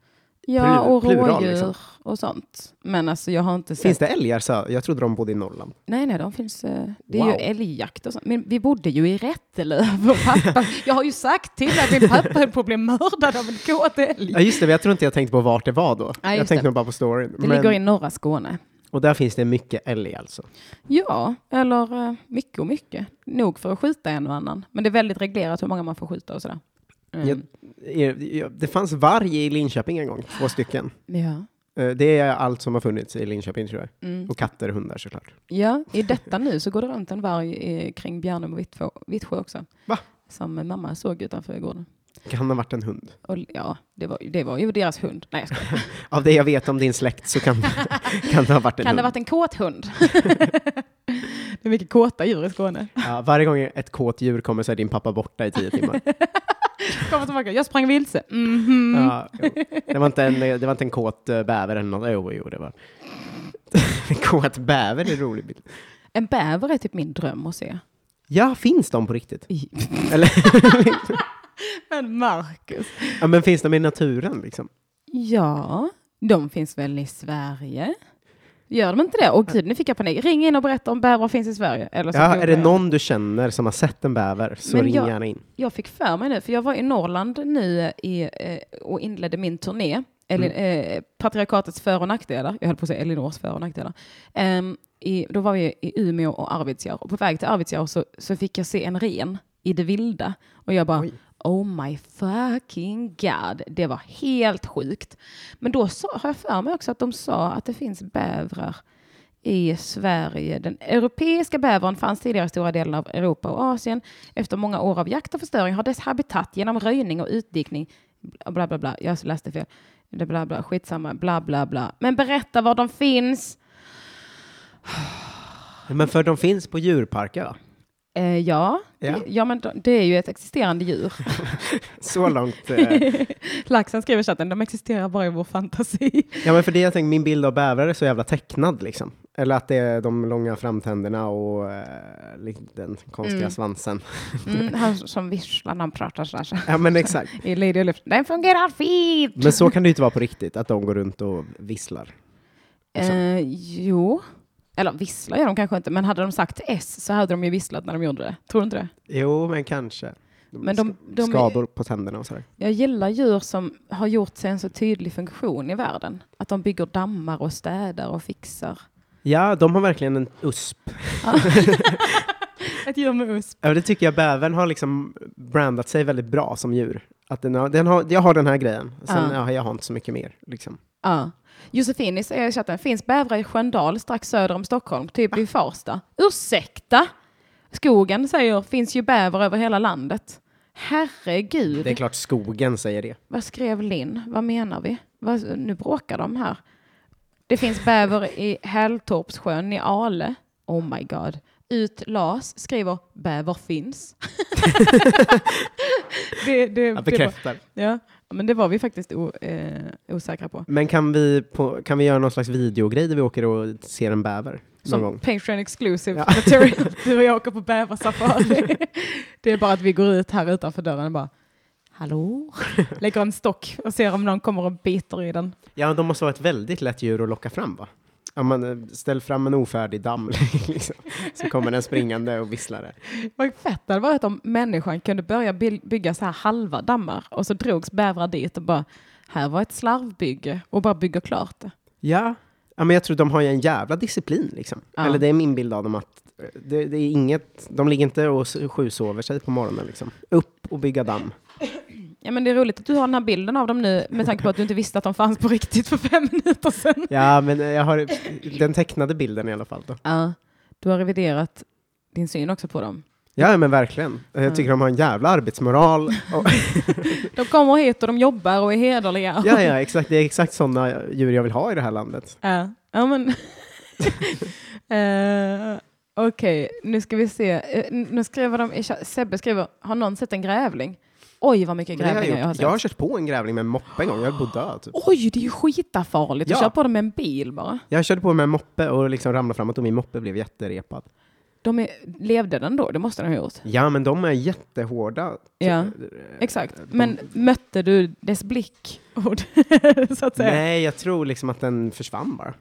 A: Ja,
E: Plu-
A: och
E: plural,
A: rådjur
E: liksom.
A: och sånt. Men alltså, jag har inte sett...
E: Finns det älgar? Så jag trodde de bodde i Norrland.
A: Nej, nej, de finns... eh, Det är
E: Wow.
A: ju älgjakt och sånt. Men vi bodde ju i Rättelöv och pappa... jag har ju sagt till att min pappa höll på att bli mördad av en kåt älg.
E: Ja, just det. men Jag tror inte jag tänkte på vart det var då.
A: Nej,
E: jag
A: just
E: tänkte
A: det.
E: nog bara på storyn.
A: Det
E: Men-
A: ligger i norra Skåne.
E: Och där finns det mycket älg alltså.
A: Ja, eller eh, mycket och mycket. Nog för att skjuta en och annan. Men det är väldigt reglerat hur många man får skjuta och sådär. Mm.
E: Jag, er- jag, det fanns varg i Linköping en gång, två stycken.
A: Ja.
E: Eh, Det är allt som har funnits i Linköping tror jag.
A: Mm.
E: Och katter och hundar såklart.
A: Ja, i detta nu så går det runt en varg eh, kring Bjärnum och Vittfå- Vittsjö också.
E: Va?
A: Som eh, mamma såg utanför gården.
E: Kan ha varit en hund.
A: Och, ja, det var, det var ju deras hund. Nej, jag skojar.
E: Av det jag vet om din släkt så kan, kan det ha varit en
A: Kan
E: hund.
A: det ha varit en kåt hund? det är mycket kåta djur i Skåne.
E: Ja, varje gång ett kåt djur kommer så är din pappa borta i tio timmar.
A: Kommer tillbaka. Jag sprang vilse. Mhm.
E: Ja, jo. det, var inte en, det var inte en kåt eh, bäver eller något. Jo, jo, det var... En kåt bäver är en rolig bild.
A: En bäver är typ min dröm att se.
E: Ja, finns de på riktigt?
A: I-
E: Eller,
A: Men Marcus.
E: ja, men finns de i naturen liksom?
A: Ja, de finns väl i Sverige? Gör de inte det? Åh gud, nu fick jag panik. Ring in och berätta om bävrar finns i Sverige. Eller så
E: Ja,
A: googlar
E: är det
A: jag.
E: någon du känner som har sett en bäver så
A: Men
E: ring
A: jag-
E: gärna in.
A: Jag fick för mig nu, för jag var i Norrland nu i, eh, och inledde min turné. Elin, eh, patriarkatets för och nackdelar. Jag höll på att säga Elinors för och nackdelar. Ehm, i, då var vi i Umeå och Arvidsjaur. Och på väg till Arvidsjaur så, så fick jag se en ren i det vilda. Och jag bara, oh my fucking god. Det var helt sjukt. Men då sa, har jag för mig också att de sa att det finns bävrar i Sverige. Den europeiska bävern fanns tidigare i stora delar av Europa och Asien. Efter många år av jakt och förstöring har dess habitat genom röjning och utdikning bla bla bla, jag läste fel. Det Bla bla, skitsamma, bla bla bla. Men berätta var de finns.
E: Men för de finns på djurparker va?
A: Eh, ja.
E: Ja.
A: ja, men de- det är ju ett existerande djur.
E: Så långt. Eh.
A: Laxen skriver i chatten, de existerar bara i vår fantasi.
E: Ja men för det jag tänker, min bild av bävrar är så jävla tecknad liksom. Eller att det är de långa framtänderna och eh, li- den konstiga svansen.
A: Mm, han som visslar när han pratar så här.
E: Ja men exakt.
A: I Lady Oliver. Den fungerar fint!
E: Men så kan det ju inte vara på riktigt, att de går runt och visslar. Liksom.
A: Eh, jo. Eller visslar gör de kanske inte, men hade de sagt S så hade de ju visslat när de gjorde det. Tror du inte det?
E: Jo, men kanske.
A: Men de-
E: ska-
A: de-
E: Skador på tänderna och sådär.
A: Jag gillar djur som har gjort sig en så tydlig funktion i världen. Att de bygger dammar och städar och fixar.
E: Ja, de har verkligen en USP.
A: Ett djur med USP.
E: Ja, det tycker jag bävern har liksom brandat sig väldigt bra som djur. Att den har, den har, jag har den här grejen, sen
A: Ja.
E: ja. jag har inte så mycket mer. Liksom.
A: Ja. Josefini säger i chatten, finns bävrar i Sköndal strax söder om Stockholm, typ i Farsta? Ursäkta! Skogen säger, finns ju bäver över hela landet. Herregud.
E: Det är klart skogen säger det.
A: Vad skrev Linn? Vad menar vi? Vad, nu bråkar de här. Det finns bäver i Hälltorpssjön i Ale. Oh my god. Ut Las skriver bäver finns. det, det,
E: Jag
A: det var,
E: bekräftar.
A: ja, men det var vi faktiskt o, eh, osäkra på.
E: Men kan vi, på, kan vi göra någon slags videogrej där vi åker och ser en bäver någon
A: Som
E: gång?
A: Patreon exclusive
E: Ja.
A: material. Du och jag åker på bäversafari. det är bara att vi går ut här utanför dörren och bara Hallå? Lägger en stock och ser om någon kommer och biter i den.
E: Ja, de måste vara ett väldigt lätt djur att locka fram, va? Om man eh, ställer fram en ofärdig damm, liksom, så kommer den springande och visslar där.
A: Vad fett det hade varit om människan kunde börja by- bygga så här halva dammar och så drogs bävrar dit och bara här var ett slarvbygge och bara bygger klart det.
E: Ja. ja, men jag tror de har ju en jävla disciplin, liksom.
A: Ja.
E: Eller det är min bild av dem, att eh, det, det är inget, de ligger inte och s- sjusover sig på morgonen, liksom. Upp och bygga damm.
A: Ja, men det är roligt att du har den här bilden av dem nu med tanke på att du inte visste att de fanns på riktigt för fem minuter sedan.
E: Ja, men eh, jag har den tecknade bilden i alla fall. Då.
A: Ja, du har reviderat din syn också på dem.
E: Ja, men verkligen. Jag tycker de har en jävla arbetsmoral. Och,
A: De kommer hit och de jobbar och är hederliga.
E: ja, ja, exakt. Det är exakt sådana djur jag vill ha i det här landet.
A: Ja, ja men... Eh, Okej, nu ska vi se. Eh, nu skriver de i cha- Sebbe skriver, har någon sett en grävling? Oj, vad mycket
E: Det har
A: grävlingar jag,
E: jag,
A: har
E: gjort.
A: sett. Oh.
E: jag har kört på en grävling med en moppe en gång. Jag höll på att dö, typ.
A: Oj, det är ju skitafarligt
E: Ja.
A: att köra på dem med en bil bara.
E: Jag körde på med en moppe och liksom ramlade framåt och min moppe blev jätterepad.
A: De är, levde den då? Det måste den ha gjort.
E: Ja, men de är jättehårda.
A: Ja, exakt. Men mötte du dess blick? Och det- så att säga.
E: Nej, jag tror liksom att den försvann bara.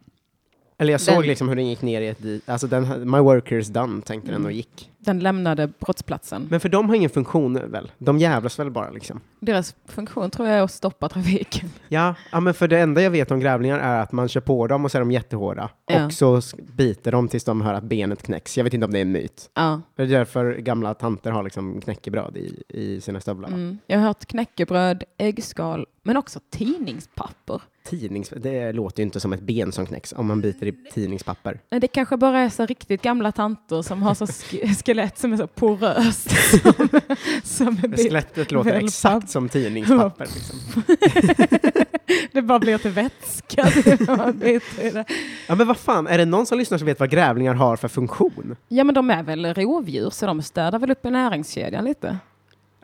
E: Eller jag såg
A: Den-
E: liksom hur den gick ner i ett di- Alltså, den, my worker is done, tänkte den och
A: Mm.
E: gick.
A: Den lämnade brottsplatsen.
E: Men för de har ingen funktion väl? De jävlas väl bara liksom?
A: Deras funktion tror jag är att stoppa trafiken.
E: Ja, ja, men för det enda jag vet om grävlingar är att man kör på dem och så är de jättehårda.
A: Ja.
E: Och så sk- biter de tills de hör att benet knäcks. Jag vet inte om det är en myt.
A: Ja.
E: Det är därför gamla tanter har liksom knäckebröd i, i sina stövlar. va?
A: Mm. Jag har hört knäckebröd, äggskal, men också tidningspapper.
E: Tidnings... Det låter ju inte som ett ben som knäcks om man biter i tidningspapper.
A: Nej, Det kanske bara är så riktigt gamla tanter som har så sk- skelett som är så poröst. Som, som är bit-
E: Skelettet låter
A: väl
E: exakt
A: papp-
E: som tidningspapper. Liksom.
A: det bara blir till vätska. Det är en bit i det.
E: Ja, men vad fan, är det någon som lyssnar som vet vad grävlingar har för funktion?
A: ja, men de är väl rovdjur, så de städar väl upp i näringskedjan lite.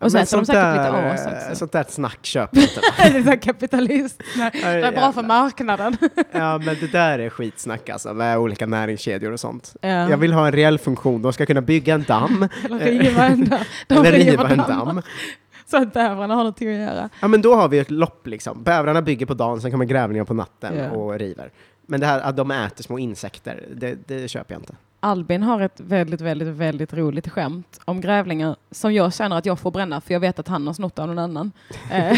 A: Och så
E: Men
A: äter de
E: sånt
A: säkert
E: där- eh,
A: lite as också.
E: Sånt där snack köper jag inte.
A: Det är så här kapitalist. Nej, Det är bra för
E: Jävlar.
A: marknaden.
E: Ja, men det där är skitsnack alltså, med olika näringskedjor och sånt.
A: Ja.
E: Jag vill ha en reell funktion. De ska kunna bygga en damm
A: Eller riva en damm. De
E: Eh, eller
A: river
E: riva en
A: dammar.
E: damm.
A: Så att bävrarna har någonting att göra.
E: Ja, men då har vi ett lopp liksom. Bävrarna bygger på dagen, sen kommer grävlingar på natten
A: Ja.
E: och river. Men det här att de äter små insekter, det, det köper jag inte.
A: Albin har ett väldigt, väldigt, väldigt roligt skämt om grävlingar som jag känner att jag får bränna för jag vet att han har snott av någon annan. Eh,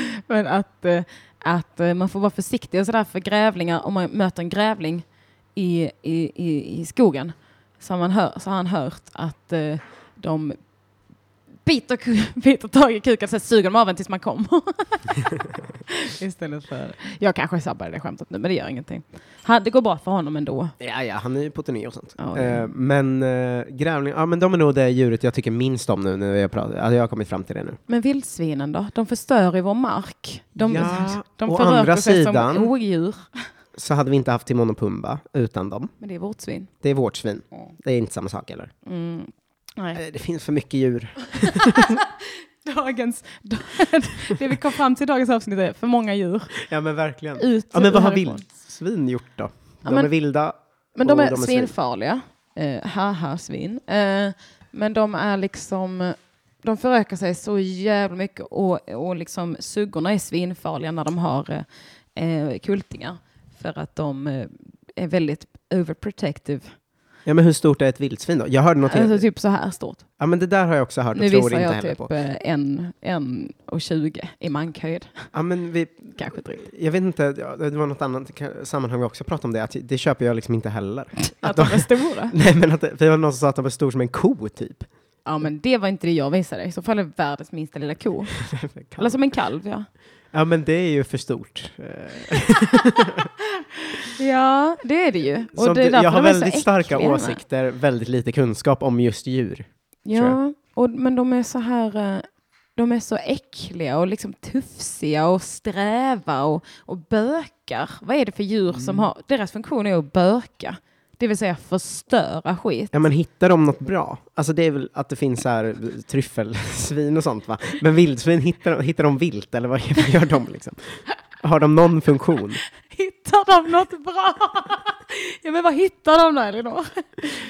A: Men att, eh, att eh, man får vara försiktig och sådär för grävlingar om man möter en grävling i, i, i, i skogen så har, man hör, så har han hört att eh, de biter, ku- biter tag i kuken och sen suger de av en tills man kommer. Istället för... Jag kanske sabbade det skämtet nu men det gör ingenting. Han, det går bra för honom ändå.
E: Ja, ja, han är ju på turné och sånt.
A: Ja,
E: Eh, men äh, grävlingar, ja men de är nog det djuret jag tycker minst om nu när jag pratar. Alltså, jag har kommit fram till det nu.
A: Men vildsvinen då? De förstör ju vår mark. De,
E: Ja,
A: de
E: å
A: förökar
E: andra
A: sig
E: sidan-
A: som odjur.
E: Så hade vi inte haft Timon och Pumba utan dem.
A: Men det är vårt svin.
E: Det är vårt svin. Det är inte samma sak eller?
A: Nej.
E: Eh, Det finns för mycket djur.
A: Dagens, det vi kom fram till i dagens avsnitt är för många djur.
E: Ja men verkligen.
A: Ut
E: Ja, men vad har
A: härifrån.
E: vildsvin gjort då?
A: Mm. Ja,
E: de
A: men-
E: är vilda.
A: Men de
E: och
A: är, svinfarliga. Eh, haha, svin. Eh, men de är liksom... De förökar sig så jävla mycket och, och liksom suggorna är svinfarliga när de har eh, eh, kultingar. För att de eh, är väldigt overprotective.
E: Ja, men hur stort är ett vildsvin då? Jag hörde något
A: Alltså
E: helt...
A: typ så här stort.
E: Ja, men det där har jag också hört och
A: Nu
E: tror
A: visar
E: inte
A: jag
E: heller
A: typ
E: på.
A: eh, en, en och 20 i mankhöjd.
E: Ja, men vi...
A: Kanske drygt.
E: Jag vet inte, ja, det var något annat ka- sammanhang vi också pratade om det, att det köper jag liksom inte heller.
A: Att de är stora.
E: Nej, men att det, för det var någon som sa att de var stor som en ko, typ.
A: Ja, men det var inte det jag visade. I så fall är det världens minsta lilla ko. Eller som en kalv, ja.
E: Ja, men det är ju för stort. Eh,
A: Ja, det är det ju. Och
E: som
A: det är
E: du,
A: därför
E: jag har
A: de är
E: väldigt
A: så
E: starka
A: äckliga, va?
E: åsikter, väldigt lite kunskap om just djur. tror
A: Ja, och, men de är så här... eh, De är så äckliga och liksom tufsiga och sträva och, och bökar. Vad är det för djur
E: Mm.
A: som har... Deras funktion är att böka. Det vill säga förstöra skit.
E: Ja, men hittar de något bra? Alltså det är väl att det finns så här eh, tryffelsvin och sånt va? Men vildsvin, hittar de, hittar de vilt eller vad vad gör de liksom? Har de någon funktion?
A: Hittar de något bra? Ja, men vad hittar de då, Elinor?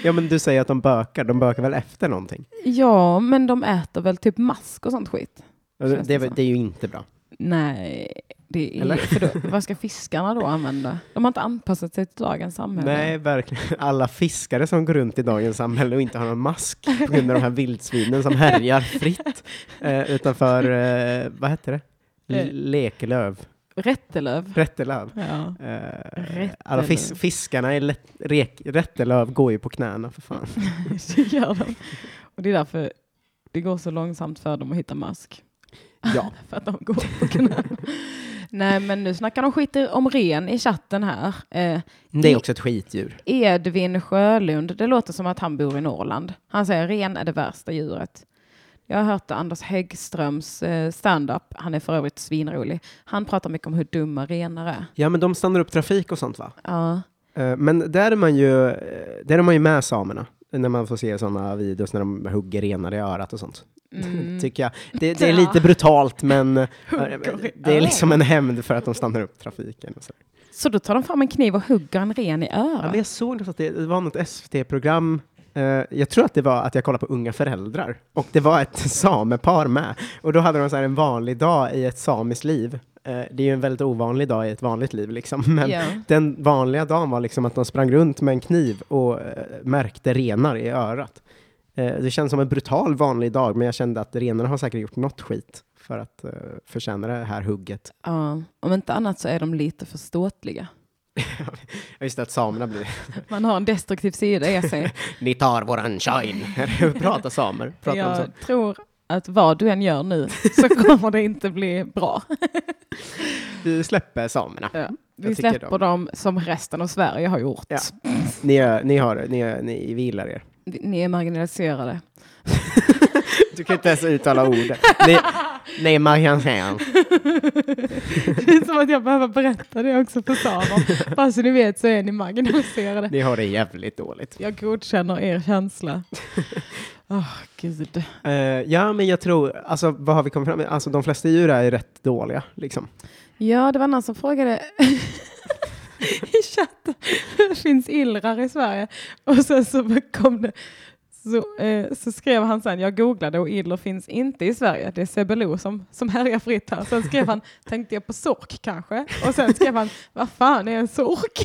E: Ja, men du säger att de bökar, de bökar väl efter någonting?
A: Ja, men de äter väl typ mask och sånt skit. Känns
E: Det,
A: det
E: är-
A: som.
E: det är ju inte bra.
A: Nej, det är...
E: Eller?
A: För då, vad ska fiskarna då använda? De har inte anpassat sig till dagens samhälle.
E: Nej, verkligen. Alla fiskare som går runt i dagens samhälle och inte har någon mask på grund av de här vildsvinen som härjar fritt eh, utanför, eh, vad heter det?
A: Eh.
E: L- Lekelöv.
A: Rättelöv.
E: Rättelöv.
A: Ja.
E: Eh,
A: Rättelöv.
E: alla fis- fiskarna i lätt- rek- Rättelöv går ju på knäna för fan.
A: Det gör de. Och det är därför det går så långsamt för dem att hitta mask.
E: Ja.
A: För att de går på knäna. Nej, men nu snackar de skit om ren i chatten här. Eh,
E: Det är också ett skitdjur.
A: Edvin Sjölund, det låter som att han bor i Norrland. Han säger ren är det värsta djuret. Jag har hört Anders Häggströms eh, stand-up. Han är för övrigt svinrolig. Han pratar mycket om hur dumma renar är.
E: Ja, men de stannar upp trafik och sånt va?
A: Ja,
E: Eh, Men där är man ju, eh, där är man ju med samerna. När man får se sådana videos när de hugger renar i örat och sånt. Tycker jag. Det, det är lite brutalt men eh, det är liksom en hämnd för att de stannar upp trafiken. Och så.
A: Så då tar de fram en kniv och hugger en ren i
E: Ja, men
A: örat.
E: jag såg något att det, det var något SVT-program. Eh, jag tror att det var att jag kollade på Unga föräldrar. Och det var ett samepar med. Och då hade de så här en vanlig dag i ett samiskt liv. Eh, det är ju en väldigt ovanlig dag i ett vanligt liv liksom. Men
A: Ja.
E: den vanliga dagen var liksom att de sprang runt med en kniv och eh, märkte renar i örat. Eh, det känns som en brutal vanlig dag, men jag kände att renarna har säkert gjort något skit för att eh, förtjäna det här hugget.
A: Ja, om inte annat så är de lite förståtliga.
E: Jag visste att samerna blir
A: Man har en destruktiv sida i sig.
E: Ni tar våran shine. Prata samer. Prata om sånt.
A: Jag tror att vad du än gör nu så kommer det inte bli bra.
E: Vi släpper samerna.
A: Ja. Vi
E: tycker
A: släpper
E: de-
A: dem som resten av Sverige har gjort.
E: Ja. Ni, gör- ni, har, ni, gör- ni vi gillar er.
A: Ni är marginaliserade.
E: Du kan inte ens uttala ordet. Ni, ni är Marianne
A: Det är som att jag behöver berätta det också för samer. Bara så ni vet så är ni marginaliserade.
E: Ni har det jävligt dåligt.
A: Jag godkänner er känsla. Åh, gud.
E: Eh, ja, men jag tror, alltså vad har vi kommit fram med? Alltså de flesta djur är ju rätt dåliga, liksom.
A: Ja, det var någon som frågade i chatten. Det finns illrar i Sverige. Och sen så kom det. Så, eh, så skrev han sen, jag googlade och iller finns inte i Sverige. Det är Sebelo som, som härjar fritt här. Sen skrev han, tänkte jag på sork kanske? Och sen skrev han, vad fan är en sork?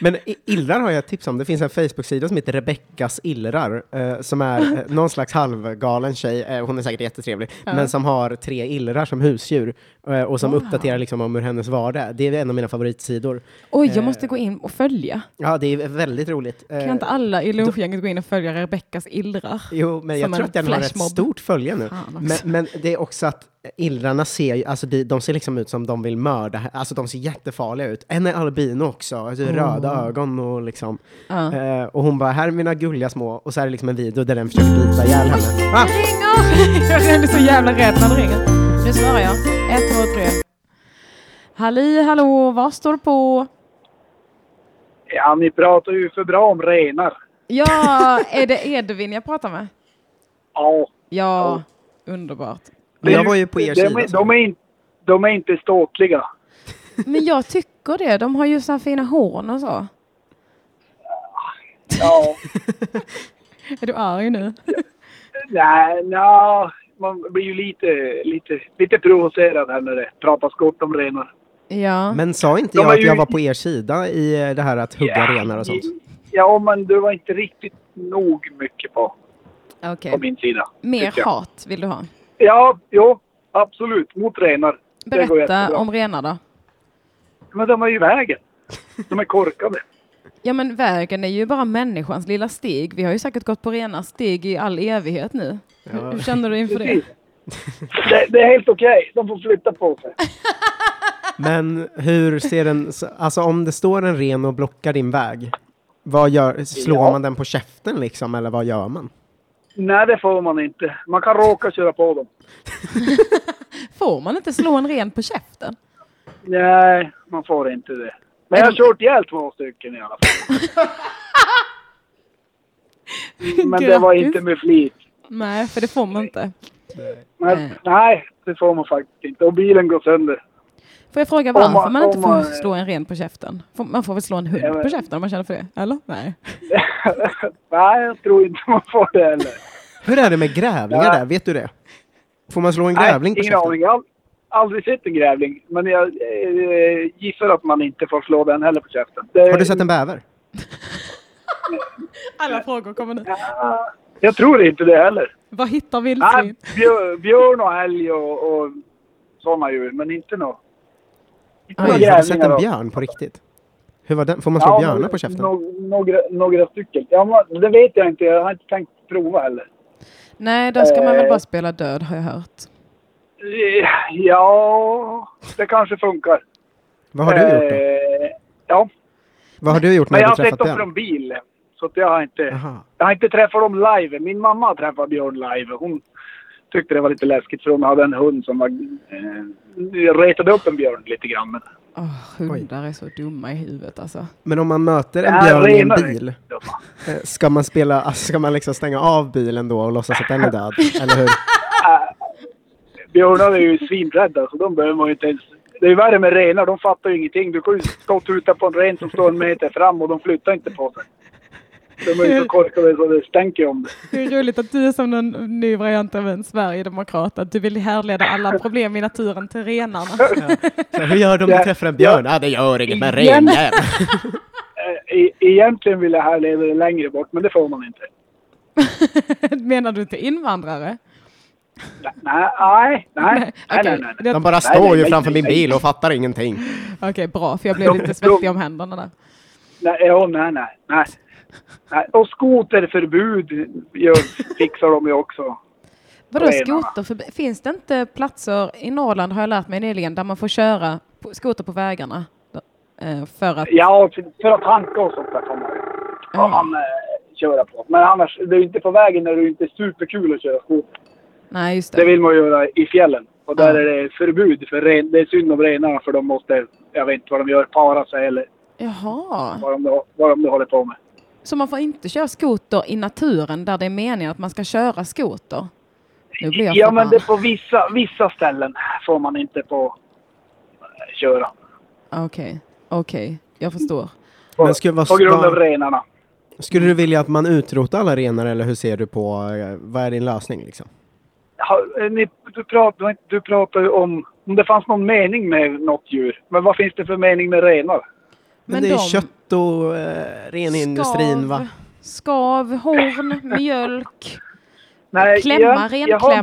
E: Men i- illrar har jag ett tips om. Det finns en Facebook-sida som heter Rebeckas illrar, eh, som är eh, någon slags halvgalen tjej, eh, hon är säkert jättetrevlig, men som har tre illrar som husdjur eh, och som
A: Ah.
E: uppdaterar liksom, om hur hennes vardag är. Det är en av mina favoritsidor.
A: Oj, jag måste gå in och följa.
E: Ja, det är väldigt roligt. Eh,
A: Kan inte alla i lunchgänget gå in och följa Rebeckas illrar?
E: Jo, men jag
A: Som
E: tror
A: en
E: att den har ett
A: flashmob.
E: stort följe nu.
A: Fan
E: Men,
A: också.
E: men det är också att illrarna ser, ju- alltså de, de ser liksom ut som de vill mörda, alltså de ser jättefarliga ut. En är albino också, alltså röda ögon och liksom.
A: Ja.
E: Eh, och hon bara, här är mina gulliga små, och så är det liksom en video där den försöker bita ihjäl henne. Ah!
A: jag blir så jävla rädd när det ringer. Nu svarar jag. Ett, två, tre. Halli hallå, vad står det på?
H: Ja, ni pratar ju för bra om renar.
A: Ja, är det Edvin jag pratar med?
H: Ja.
A: Ja, underbart.
E: Men jag var ju på er
H: de,
E: sida.
H: är-
E: så-
H: de, är in, de är inte ståtliga.
A: Men jag tycker det. De har ju så här fina horn och så.
H: Ja.
A: Är du arg nu?
H: nej, nej, man blir ju lite, lite, lite provocerad här när det pratas gott om renar.
A: Ja.
E: Men sa inte
H: De
E: jag
H: är
E: att jag
H: ju-
E: var på er sida i eh, det här att hugga renar och sånt?
H: Ja, men du var inte riktigt nog mycket på,
A: Okej.
H: på min sida. tycker
A: Mer
H: jag.
A: hat vill du ha.
H: Ja, jo, absolut. Mot renar. Det går
A: Berätta
H: jättebra.
A: om renar då.
H: Men de är ju i vägen. De är korkade.
A: Ja men vägen är ju bara människans lilla stig. Vi har ju säkert gått på rena stig i all evighet nu. Hur- Hur känner du inför det?
H: Det, det är helt okej. De får flytta på sig.
E: Men hur ser den, alltså om det står en ren och blockar din väg, vad gör, slår
H: Ja.
E: man den på käften liksom, eller vad gör man?
H: Nej, det får man inte. Man kan råka köra på dem.
A: Får man inte slå en ren på käften?
H: Nej, man får inte det. Men jag har kört ihjäl två stycken i alla fall. Men det var
A: Grattis.
H: inte med flit.
A: Nej, för det får man inte.
H: Men,
A: Nej.
H: nej, det får man faktiskt inte. Och bilen går sönder.
A: Får jag fråga
H: Om man-
A: varför man inte
H: om man-
A: får slå en ren på käften? Får- Man får väl slå en
H: Ja,
A: hund
H: men-
A: på käften om man känner för det? Eller? Nej.
H: nej, jag tror inte man får det heller.
E: Hur är det med grävlingar
H: Ja.
E: där? Vet du det? Får man slå en
H: Nej,
E: grävling på
H: ingen
E: käften?
H: aning. Jag har aldrig sett en grävling. Men jag eh, gissar att man inte får slå den heller på käften. Det,
E: Har du sett en bäver?
A: Alla frågor kommer nu.
H: Jag tror inte det heller.
A: Vad hittar
H: Nej,
A: vildsvin?
H: björ, björn och älg och, och sådana djur. Men inte nå. Inte nå
E: Oj, har du sett
H: grävlingar
E: en
H: då.
E: björn på riktigt? Hur var den? Får man slå björnar på käften?
H: nå- Några, några stycken. Ja, men det vet jag inte. Jag har inte tänkt prova heller.
A: Nej, där ska man väl
H: Eh.
A: bara spela död har jag hört.
H: Eh, Ja, det kanske funkar.
E: Vad har du gjort då?
H: Eh, Ja,
E: Vad har du gjort när
H: men jag
E: du
H: har
E: träffat
H: sett dem
E: björn?
H: från bil. Så att jag har inte...
E: Aha.
H: Jag har inte träffat dem live. Min mamma har träffat Björn live. Hon tyckte det var lite läskigt för hon hade en hund som var, eh, retade upp en björn lite grann. Men,
A: Åh, hundar är så dumma i huvudet alltså.
E: Men om man möter
H: Ja,
E: en björn i en
H: renar.
E: bil, eh, ska man, spela, alltså, ska man liksom stänga av bilen då och låtsas att den är död? Eller hur?
H: björnar är ju svinrädda så de behöver man ju inte ens... Det är ju värre med renar. De fattar ju ingenting. Du kan ju stå och tuta på en ren som står en meter fram och de flyttar inte på sig. De är ju så korkade så det stänker om det.
A: Det är roligt att du är som en ny variant av en Sverigedemokrat, att du vill härleda alla problem i naturen till renarna.
E: Så, hur gör de om du träffar en björn? Ja, det gör inget, men renen!
H: E- egentligen vill jag härleda det längre bort men det får man inte.
A: Menar du inte invandrare?
H: Nej, nej, nej. nej, nej,
A: Okej,
H: nej, nej.
A: det-
E: De bara
H: Nej,
E: står
H: nej,
E: ju
H: nej,
E: framför min
H: nej.
E: bil och fattar ingenting.
A: Okej, bra, för jag blev lite svettig om händerna där.
H: Nej, ja, nej, nej, nej. nej. Och skoterförbud gör, fixar de ju också.
A: Vadå
H: Renarna.
A: skoterförbud? Finns det inte platser i Norrland, har jag lärt mig nyligen, där man får köra på- skoter på vägarna? Eh, För att...
H: Ja, för- för att tanka och sånt där kan man ju
A: Ja.
H: kan man, eh, köra på. Men annars, det är ju inte på vägen när det är inte superkul att köra skoter.
A: Nej, just
H: Det
A: det.
H: vill man ju göra i fjällen. Och där
A: Ja.
H: är det förbud. För ren, det är synd om renarna för de måste, jag vet inte vad de gör, para sig eller
A: Jaha.
H: vad de, vad de nu håller på med.
A: Så man får inte köra skoter i naturen där det är meningen att man ska köra skoter? Nu blir jag
H: Ja, men det
A: förbannad.
H: är på vissa, vissa ställen får man inte på eh, köra.
A: Okej, okej. Jag förstår.
H: På,
E: Men skulle vara-
H: på grund av
E: vara-
H: renarna.
E: Skulle du vilja att man utrotar alla renar eller hur ser du på, eh, vad är din lösning liksom?
H: Har, eh, ni, du, pratar, du pratar ju om om det fanns någon mening med något djur. Men vad finns det för mening med renar?
E: Men,
A: Men
E: det är
A: de-
E: kött och eh, renindustrin va?
A: Skav, horn, mjölk.
H: Nej,
A: Klämma, renklämma är ju gott.
H: Jag har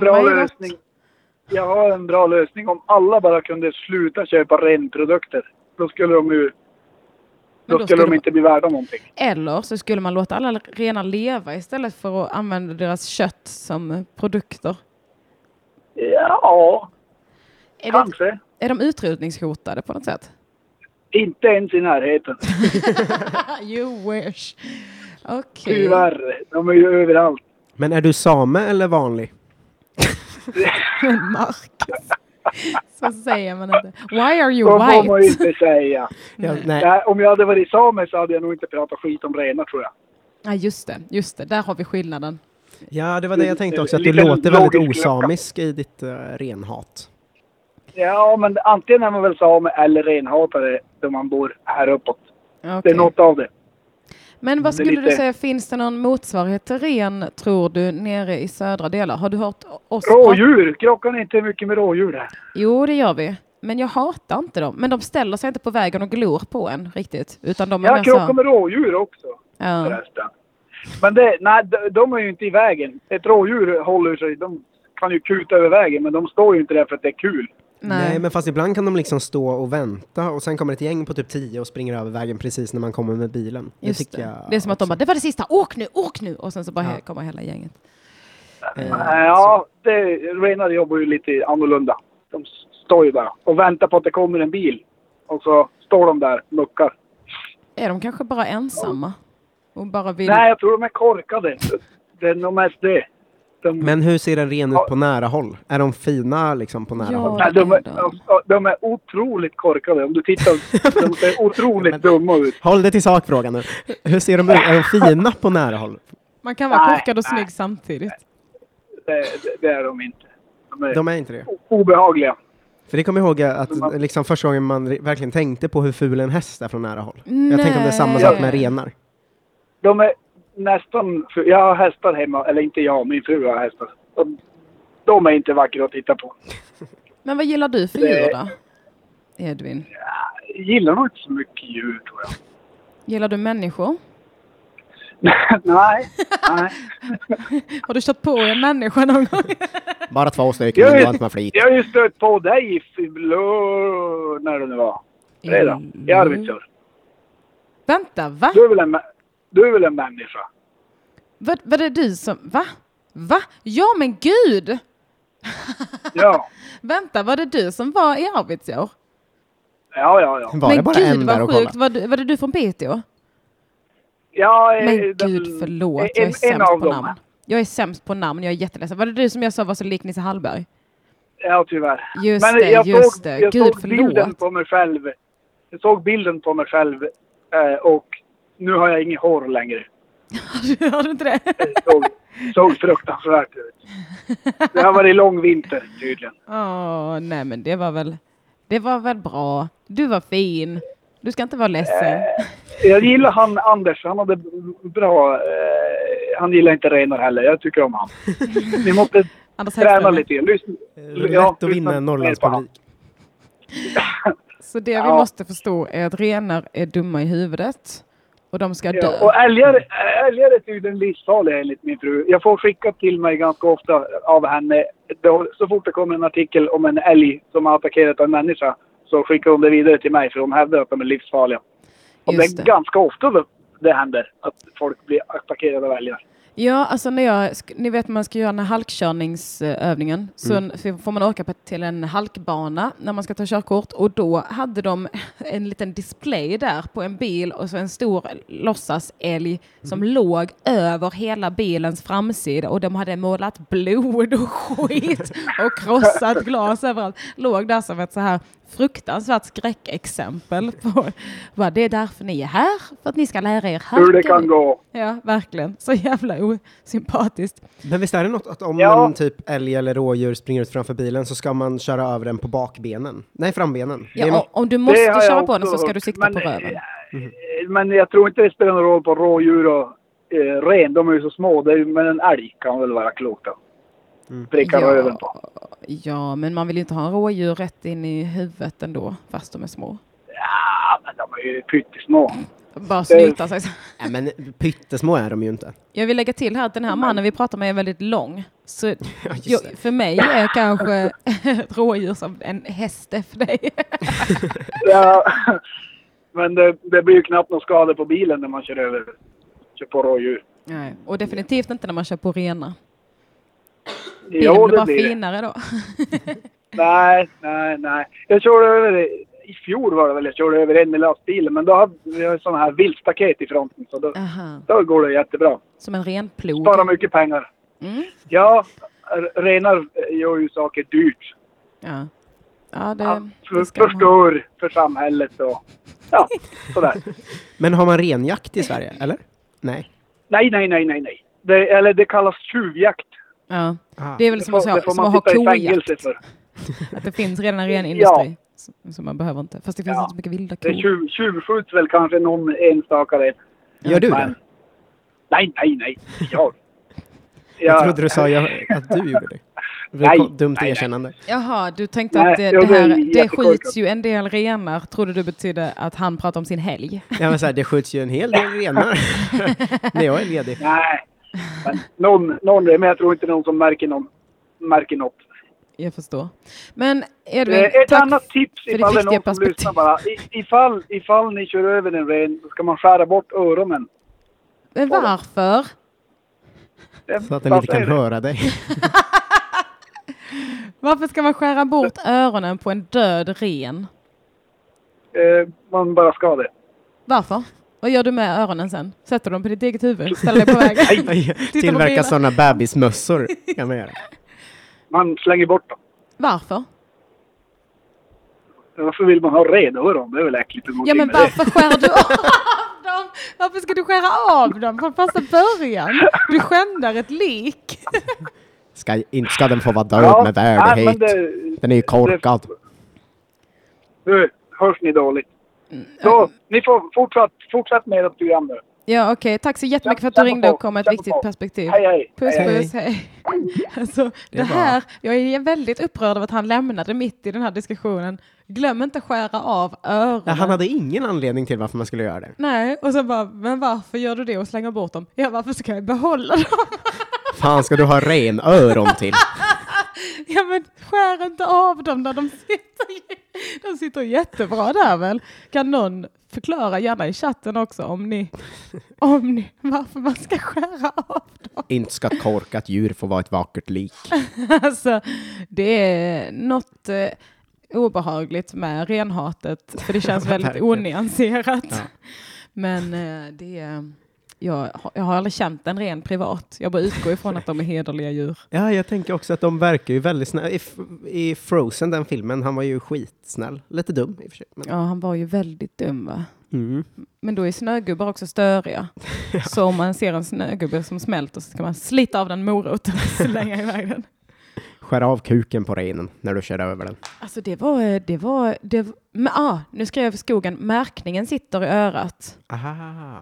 H: en bra lösning. Om alla bara kunde sluta köpa renprodukter. Då skulle de ju... Då,
A: då
H: skulle
A: skulle
H: de
A: man-
H: inte bli värda någonting.
A: Eller så skulle man låta alla renar leva istället för att använda deras kött som produkter.
H: Ja,
A: Är, det,
H: kanske.
A: är de utrotningshotade på något sätt?
H: Inte ens i närheten.
A: you wish. Okej.
H: Tyvärr. De är ju överallt.
E: Men är du same eller vanlig?
A: Marcus. Så säger man inte. Why are
H: Så
A: you
H: får man ju
A: white?
H: inte säga.
E: Ja, nej.
H: Nej, om jag hade varit same så hade jag nog inte pratat skit om renar tror jag.
A: Ja, just det, just det. Där har vi skillnaden.
E: ja, det var det jag tänkte också, att du
H: Lite
E: låter väldigt
H: logisk lucka.
E: osamisk i ditt eh, renhat.
H: Ja, men antingen är man väl same eller renhatare där man bor här uppåt. Det
A: Okej.
H: är något av det.
A: Men vad
H: det är
A: skulle du
H: lite-
A: säga, finns det någon motsvarighet till ren, tror du, nere i södra delar? Har du hört oss prata-
H: Rådjur! Krockan är inte mycket med rådjur här.
A: Jo, det gör vi. Men jag hatar inte dem. Men de ställer sig inte på vägen och glor på en riktigt. Utan de är
H: Ja,
A: mer så här-
H: krockar med rådjur också
A: alltså- ja.
H: förresten. Men det, nej, de, de är ju inte i vägen. Ett rådjur håller sig, de kan ju kuta över vägen men de står ju inte där för att det är kul.
A: Nej.
E: men fast ibland kan de liksom stå och vänta och sen kommer ett gäng på typ tio och springer över vägen precis när man kommer med bilen.
A: Just
E: det tycker
A: det.
E: jag
A: det är som att de
E: också.
A: bara, det var det sista, åk nu, åk nu! Och sen så bara he- kommer hela gänget.
H: Nej, ja, det, renar jobbar ju lite annorlunda. De s- står ju bara och väntar på att det kommer en bil. Och så står de där och muckar.
A: Är de kanske bara ensamma? Och bara vill...
H: Nej, jag tror de är korkade. Det är nog mest det. De,
E: Men hur ser en ren ut på nära håll? Är de fina liksom på nära
A: Ja.
E: håll?
H: nej, de, är,
A: det är
H: de, de är otroligt korkade. Om du tittar, de ser otroligt
E: Men-
H: dumma ut.
E: Håll dig till sakfrågan nu. Hur ser de ut? Är de fina på nära håll?
A: Man kan vara
H: Nej,
A: korkad och
H: nej.
A: snygg samtidigt.
H: Det, det, det är de inte. De är
E: De är inte det.
H: o- obehagliga.
E: För det kommer jag ihåg att liksom första gången man ri- verkligen tänkte på hur ful en häst är från nära håll. Jag tänker om det är samma
A: Nej.
E: sak med renar.
H: De är nästan... för- Jag har hästar hemma. Eller inte jag, min fru har hästar. De, De är inte vackra att titta på.
A: Men vad gillar du för djur då? Edvin?
H: Jag gillar nog inte så mycket djur tror jag.
A: Gillar du människor?
H: nej, nej.
A: Har du kört på en människa någon gång?
E: Bara två stycken,
H: Jag,
E: men det var
H: vet,
E: inte med flit.
H: jag har ju stött på dig i Flör... när det nu var. Fredag. I
A: Mm.
H: Arvidsjaur.
A: Vänta, va?
H: Du är väl en, mä- du är väl en människa?
A: Vad, vad är det du som... Va? Va? Ja men gud!
H: Ja.
A: Vänta, var det du som var i Arvidsjaur?
H: Ja, ja, ja.
E: Var
A: men
E: det bara
A: gud
E: en där och
A: vad
E: kolla?
A: sjukt, var, du- var det du från Piteå?
H: ja eh,
A: Men
H: den-
A: gud förlåt, jag är
H: en, en
A: sämst
H: av
A: på
H: dem.
A: namn. Jag är sämst på namn, jag är jätteledsen. Var det du som jag sa var så lik Nisse Hallberg?
H: Ja, tyvärr.
A: Just det, just det.
H: Jag
A: Gud,
H: såg bilden
A: förlåt.
H: på mig själv. Jag såg bilden på mig själv eh, och nu har jag inget hår längre.
A: Har du inte det?
H: Såg, såg fruktansvärt ut. Det har varit lång vinter tydligen.
A: Åh, nej men det var väl... Det var väl bra. Du var fin. Du ska inte vara ledsen.
H: Eh, Jag gillar han Anders. Han hade bra... Eh, han gillar inte Reinar heller. Jag tycker om han. Ni måste
A: Anders
H: träna
A: Hellström.
H: lite. Lyssna, ja,
E: Lätt att
H: lyssna
E: vinna
H: mer
E: en
H: på han.
E: Norrlandspublik.
A: Så det vi
H: Ja.
A: måste förstå är att renar är dumma i huvudet och de ska dö.
H: Ja, och älgar, älgar är tydligen livsfarliga enligt min fru. Jag får skickat till mig ganska ofta av henne. Då, så fort det kommer en artikel om en älg som har attackerat en människa så skickar hon det vidare till mig för hon hävdar att de är livsfarliga. Och det
A: Just
H: är
A: det.
H: ganska ofta det, det händer att folk blir attackerade av älgar.
A: Ja, alltså när jag, sk- ni vet man ska göra den här halkkörningsövningen så
H: Mm.
A: en- så får man åka på, till en halkbana när man ska ta körkort och då hade de en liten display där på en bil och så en stor låtsasälg som
H: Mm.
A: låg över hela bilens framsida och de hade målat blod och skit och krossat glas överallt. Låg där som ett så här fruktansvärt skräckexempel på vad det är därför ni är här, för att ni ska lära er
H: Hur det
A: halka."
H: kan gå.
A: Ja, verkligen. Så jävla osympatiskt.
E: Men visst är det något att om
H: Ja.
E: en typ älg eller rådjur springer ut framför bilen så ska man köra över den på bakbenen? Nej, frambenen. Det är
A: Ja,
E: något-
A: och- om du
H: Det
A: måste
H: har jag
A: köra
H: också
A: på den så ska
H: hört.
A: du sikta
H: Men,
A: på röven.
H: eh, Men jag tror inte det spelar någon roll på rådjur och eh, ren. De är ju så små. Det är, ju- men en älg kan väl vara klok då. Pricka röven på.
A: ja, men man vill ju inte ha en rådjur rätt in i huvudet ändå, fast de är små.
H: Ja, men de är ju pyttesmå.
A: Bara snyta sig.
E: Nej, men pyttesmå är de ju inte.
A: Jag vill lägga till här att den här mannen vi pratar med är väldigt lång. Så
E: just
A: jag,
E: det.
A: för mig är kanske ett rådjur som en häst är för dig.
H: Ja. Men det, det blir ju knappt någon skada på bilen när man kör över kör på rådjur.
A: Nej. Och definitivt inte när man kör på rena. Bilen
H: Jo,
A: blir
H: det
A: bara
H: blir det.
A: finare då.
H: Nej, nej, nej. Jag körde över, i fjol var det väl, jag körde över en med lastbilen. Men då hade vi sådana här viltstaket i fronten. Så då,
A: Aha.
H: då går det jättebra.
A: Som en renplog.
H: Sparar mycket pengar.
A: Mm.
H: Ja, r- renar gör ju saker dyrt.
A: Ja. Ja, det,
H: Ja,
A: det
H: för,
A: ska man ha.
H: förstör för samhället och ja, sådär.
E: Men har man renjakt i Sverige, eller? Nej.
H: Nej, nej, nej, nej, nej. Det, eller det kallas tjuvjakt.
A: Ja.
E: Ah.
A: Det är väl som, att
H: det
A: ha-
H: får
A: som att
H: man
A: ha
H: sitta i
A: kojakt.
H: fängelse för.
A: Att det finns redan en ren industri. Som- Som man behöver inte. Fast det finns
H: Ja.
A: inte så mycket vilda
H: Det
A: kor.
H: tjuv, tjuvskjuts väl kanske någon enstaka ren.
E: Gör du
H: Men-
E: det?
H: Nej, nej, nej. Jag.
E: Jag
H: Ja.
E: trodde du sa jag, att du gjorde det. Det var
H: Nej,
E: ett dumt
H: nej, nej.
E: erkännande.
A: Jaha, du tänkte
H: Nej,
A: att det,
H: jag
A: det,
H: blev
A: här, det
H: jättekorkad.
A: skjuts ju en del renar. Trodde du betydde att han pratade om sin helg.
E: Ja, men så här, det skjuts ju en hel del renar när jag är ledig.
H: Nej. Men någon, någon ren, men jag tror inte någon som märker, någon, märker något.
A: Jag förstår. Men Edvin,
H: Eh, Ett
A: tack
H: annat tips
A: för ditt
H: ifall det är
A: viktiga
H: någon som
A: perspektiv.
H: lyssnar bara. I- Ifall, ifall ni kör över en ren så ska man skära bort öronen.
A: Men varför?
H: Det-
E: Så att den inte
H: varför
E: kan
H: är det?
E: höra dig.
A: Varför ska man skära bort öronen på en död ren?
H: Eh, man bara ska det.
A: Varför? Vad gör du med öronen sen? Sätter du dem på ditt eget huvud? Ställer dig på vägen?
E: Tillverka
A: bilen.
E: sådana bebismössor kan man göra.
H: Man slänger bort dem.
A: Varför?
H: Varför vill man ha renöron? Det är väl äckligt. att gå
A: Ja
H: omkring
A: men
H: med det.
A: varför skär du av dem? Varför ska du skära av dem från första början? Du skändar ett lik.
E: Ska, inte ska den få vara död
H: Ja,
E: med
H: nej,
E: värdighet.
H: men det-
E: Den är ju korkad.
H: Nu hörs ni dåligt. Så, ni får fortsatt, fortsatt med ert program nu.
A: Ja, okej. Tack så jättemycket för att du
H: Kämpa
A: ringde
H: på,
A: och kom med ett
H: kämpa
A: viktigt
H: på.
A: perspektiv.
H: Hej, hej.
A: Puss,
E: Hej, hej.
A: puss, hej. Alltså, det,
E: är bra.
A: här, jag är väldigt upprörd av att han lämnade mitt i den här diskussionen. Glöm inte skära av öronen.
E: Ja, han hade ingen anledning till varför man skulle göra det.
A: Nej, och sen bara, men varför gör du det och slänger bort dem? Ja, varför ska jag behålla dem?
E: Fan ska du ha renöron till?
A: Ja, men skär inte av dem när de sitter. De sitter jättebra där väl? Kan någon förklara gärna i chatten också om ni, om ni varför man ska skära av dem?
E: Inte ska ett korkat djur få vara ett vackert lik.
A: Alltså, det är något eh, obehagligt med renhatet, för det känns väldigt
E: Verkligen.
A: onyanserat.
E: Ja.
A: Men eh, det är, jag, har- jag har aldrig känt en ren privat. Jag bara utgår ifrån att de är hederliga djur.
E: Ja, jag tänker också att de verkar ju väldigt snälla. I, F- I Frozen, den filmen, han var ju skitsnäll. Lite dum i och för sig. Men...
A: Ja, han var ju väldigt dum va?
E: Mm.
A: Men då är snögubbar också störiga. Så om man ser en snögubbe som smälter så ska man slita av den moroten och slänga iväg den.
E: Skär av kuken på renen när du kör över den.
A: Alltså det var... eh, Det var, det var men, ah, nu skrev jag för skogen, märkningen sitter i örat.
E: Aha.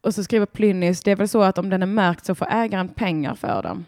A: Och så skriver Plynnis, det är väl så att om den är märkt så får ägaren pengar för den.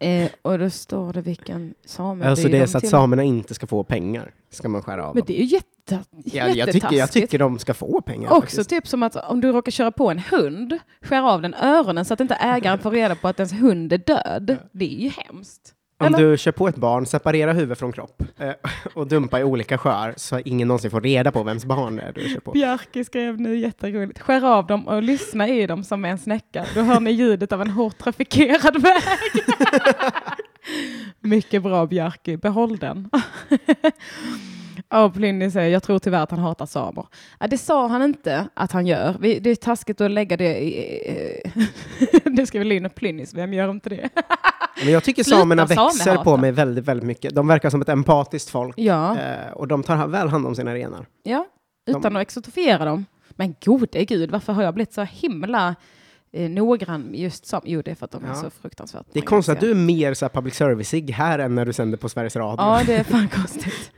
A: Eh, och då står det vilken sameby
E: alltså det är
A: de
E: så att
A: till-
E: samerna inte ska få pengar, ska man skära av
A: Men
E: dem.
A: det är ju jätte,
E: Ja, jag, tycker, jag
A: jättetaskigt.
E: tycker de ska få pengar.
A: Också
E: faktiskt.
A: typ som att om du råkar köra på en hund, skär av den öronen så att inte ägaren får reda på att ens hund är död. Det är ju hemskt.
E: Om
A: Eller?
E: du kör på ett barn, separera huvud från kropp eh, och dumpa i olika sjöar så ingen någonsin får reda på vems barn det är du kör på.
A: Bjarke skrev nu jätteroligt, skär av dem och lyssna i dem som en snäcka. Då hör ni ljudet av en hårt trafikerad väg. Mycket bra Bjarke, behåll den. Och Plinny säger, jag tror tyvärr att han hatar samer. Ja, det sa han inte att han gör. Vi- Det är taskigt att lägga det i... det ska väl in och Plynnis, vem gör inte det?
E: Men jag tycker
A: Sluta
E: samerna växer
A: samehata.
E: på mig väldigt, väldigt mycket. De verkar som ett empatiskt folk
A: Ja,
E: eh, och de tar väl hand om sina renar.
A: ja. utan att exotifiera dem. Men gode gud, varför har jag blivit så himla eh, noggrann just som... Jo, det är för att de är
E: Ja.
A: så fruktansvärt
E: Det är konstigt att du
A: organiserade.
E: är mer så här public service-ig här än när du sänder på Sveriges Radio.
A: Ja, det är fan konstigt.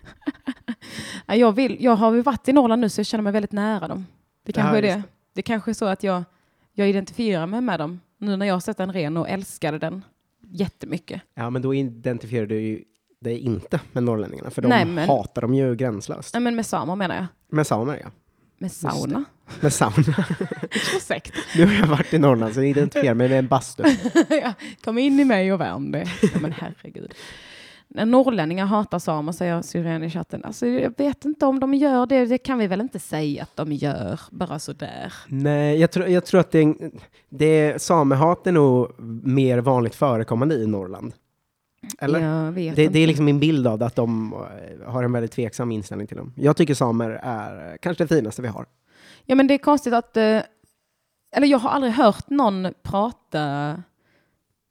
A: Ja, jag, vill, jag har ju varit i Norrland nu så jag känner mig väldigt nära dem. Det kanske
E: Ja,
A: är
E: just
A: det. Det kanske är så att jag, jag identifierar mig med dem nu när jag har sett en ren och älskade den jättemycket.
E: Ja, men då identifierar du ju dig inte med norrlänningarna, för de
A: Nej, men-
E: hatar dem ju gränslöst.
A: Nej, men med samer menar jag.
E: Med samer, ja.
A: Med sauna.
E: Med sauna.
A: Ursäkta.
E: Nu har jag varit i Norrland, så jag identifierar mig med en bastu.
A: Ja, Kom in i mig och värm dig. Ja, men herregud. När norrlänningar hatar samer, säger syrien i chatten. Alltså, jag vet inte om de gör det. Det kan vi väl inte säga att de gör, bara sådär.
E: Nej, jag, tror jag tror att det är, en- det är, samehat är nog mer vanligt förekommande i Norrland. Eller?
A: Jag vet
E: Det,
A: inte.
E: det är liksom min bild av det, att de eh, har en väldigt tveksam inställning till dem. Jag tycker samer är eh, kanske det finaste vi har.
A: Ja, men det är konstigt att... eh, Eller jag har aldrig hört någon prata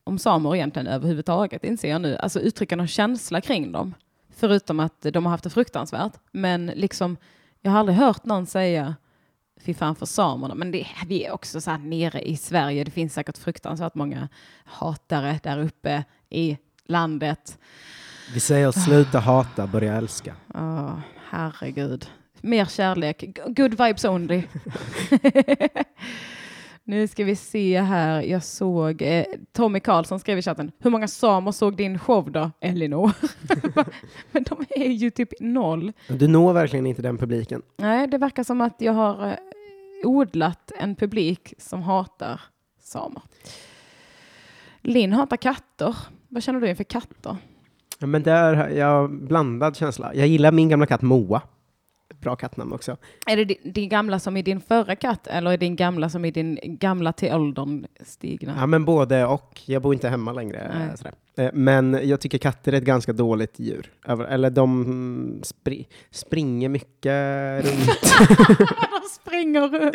A: om samer egentligen överhuvudtaget, inser jag nu. Alltså uttrycka någon känsla kring dem. Förutom att de har haft det fruktansvärt. Men liksom, jag har aldrig hört någon säga fy fan för samerna. Men det, vi är också så här nere i Sverige. Det finns säkert fruktansvärt många hatare där uppe i landet.
E: Vi säger sluta hata, börja älska.
A: Åh, herregud. Mer kärlek. G- Good vibes only. nu ska vi se här. Jag såg eh, Tommy Karlsson skrev i chatten. Hur många samer såg din show då, Elinor? Men de är ju typ noll.
E: Du når verkligen inte den publiken.
A: Nej, det verkar som att jag har eh, odlat en publik som hatar samer. Linn hatar katter. Vad känner du inför katter?
E: Ja, men där har jag blandad känsla. Jag gillar min gamla katt Moa. Bra kattnamn också.
A: Är det din, din gamla som i din förra katt eller är din gamla som i din gamla till åldern stigna?
E: Ja, men både och. Jag bor inte hemma längre.
A: Nej.
E: eh, Sådär. Eh, Men jag tycker katter är ett ganska dåligt djur. Över- Eller de mm, spri- springer mycket runt.
A: De springer runt.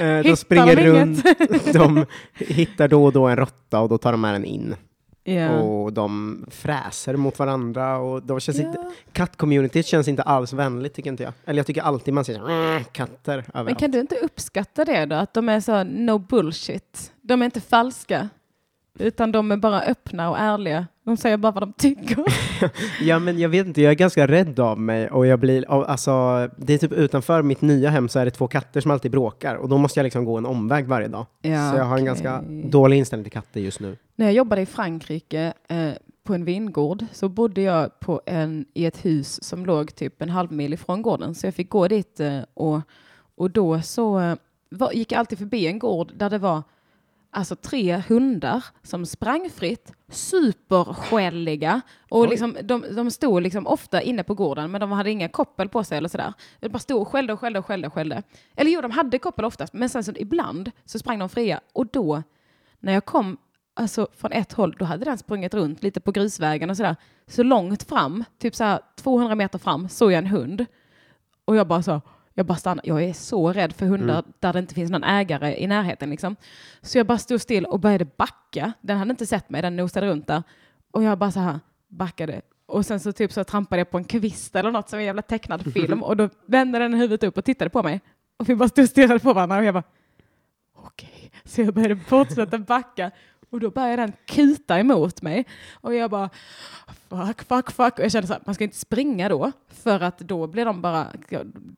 E: Eh,
A: Hittar
E: de springer
A: de
E: runt.
A: inget?
E: De hittar då och då en råtta och då tar de med den in.
A: Ja.
E: Och de fräser mot varandra. Och de känns inte,
A: Ja.
E: kattcommunityt känns inte alls vänligt, tycker inte jag. Eller jag tycker alltid man ser så här, "Åh, katter överallt.
A: Men kan du inte uppskatta det då? Att de är så no bullshit. De är inte falska. Utan de är bara öppna och ärliga De säger bara vad de tycker.
E: Ja, men jag vet inte, jag är ganska rädd av mig och jag blir, av- alltså, det är typ utanför mitt nya hem så är det två katter som alltid bråkar och då måste jag liksom gå en omväg varje dag.
A: Ja,
E: så jag har en
A: okej.
E: ganska dålig inställning till katter just nu.
A: När jag jobbade i Frankrike eh, på en vingård så bodde jag på en, i ett hus som låg typ en halv mil ifrån gården. Så jag fick gå dit eh, och, och då så eh, var, gick jag alltid förbi en gård där det var alltså tre hundar som sprang fritt, superskälliga. Och liksom, de, de stod liksom ofta inne på gården, men de hade inga koppel på sig eller sådär. De bara stod och skällde och skällde och skällde. Och skällde. Eller jo, de hade koppel oftast, men sen så ibland så sprang de fria. Och då, när jag kom alltså, från ett håll, då hade den sprungit runt lite på grusvägen och sådär. Så långt fram, typ så 200 meter fram, såg jag en hund. Och jag bara så, jag bara stannade. Jag är så rädd för hundar där det inte finns någon ägare i närheten liksom. Så jag bara stod still och började backa. Den hade inte sett mig, den nosade runt där. Och jag bara så här backade. Och sen så typ så trampade jag på en kvist eller något som en jävla tecknad film. Och då vände den huvudet upp och tittade på mig. Och vi bara stod och stirrade på varandra och jag bara okej. Så jag började fortsätta backa och då började den kuta emot mig. Och jag bara fuck, fuck, fuck. Och jag kände så här, man ska inte springa då för att då blir de bara,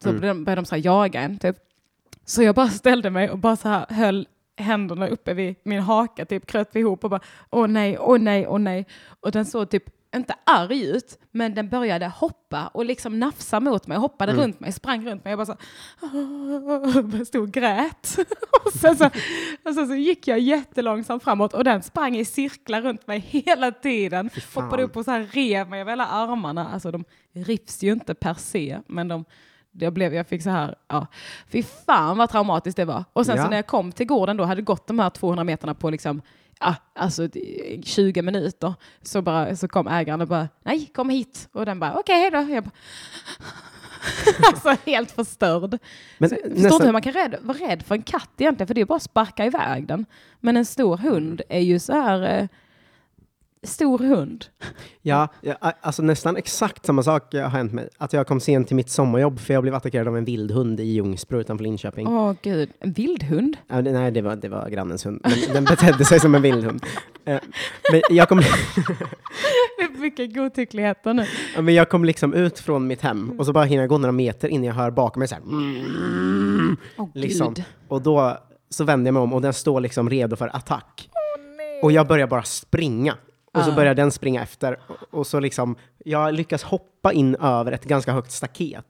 A: då blir de, börjar de så här jaga en typ. Så jag bara ställde mig och bara så här höll händerna uppe vid min haka, typ kröp ihop och bara åh nej, åh nej, åh nej. Och den såg typ inte arg ut, men den började hoppa och liksom nafsa mot mig, hoppade runt mig, sprang runt mig. Jag bara så här, "Åh", stod och grät. och, sen så, och sen så gick jag jättelångsamt framåt och den sprang i cirklar runt mig hela tiden.
E: fan.
A: Hoppade upp och så här rev mig över hela armarna. Alltså de rips ju inte per se, men de jag, blev, jag fick så här, ja. Fy fan vad traumatiskt det var. Och sen
E: Ja.
A: så när jag kom till gården då, hade gått de här 200 meterna på liksom, ja, alltså d- 20 minuter, så, bara, så kom ägaren och bara, nej, kom hit. Och den bara, okej, hej då. Jag bara, alltså helt förstörd.
E: Men
A: så, jag förstår
E: nästan-
A: inte hur man kan rädd, vara rädd för en katt egentligen, för det är bara att sparka iväg den. Men en stor hund är
E: Mm.
A: ju så här, eh, stor hund.
E: Ja, jag, a- alltså nästan exakt samma sak eh, har hänt mig. Att jag kom sent till mitt sommarjobb för jag blev attackerad av en vildhund i Ljungsbro utanför Linköping.
A: Åh gud, en vildhund.
E: Ja, det- Nej, det var, det var grannens hund. Men den betedde sig som en vildhund. Eh, Men jag kom...
A: Vilka godtyckligheter nu.
E: Ja, men jag kom liksom ut från mitt hem och så bara hinner jag gå några meter innan jag hör bakom mig så här. "Mm",
A: Åh,
E: liksom.
A: Gud.
E: Och då så vänder jag mig om och den står liksom redo för attack. Och jag börjar bara springa. Och
A: Ah.
E: så börjar den springa efter. Och, och så liksom, jag lyckas hoppa in över ett ganska högt staket.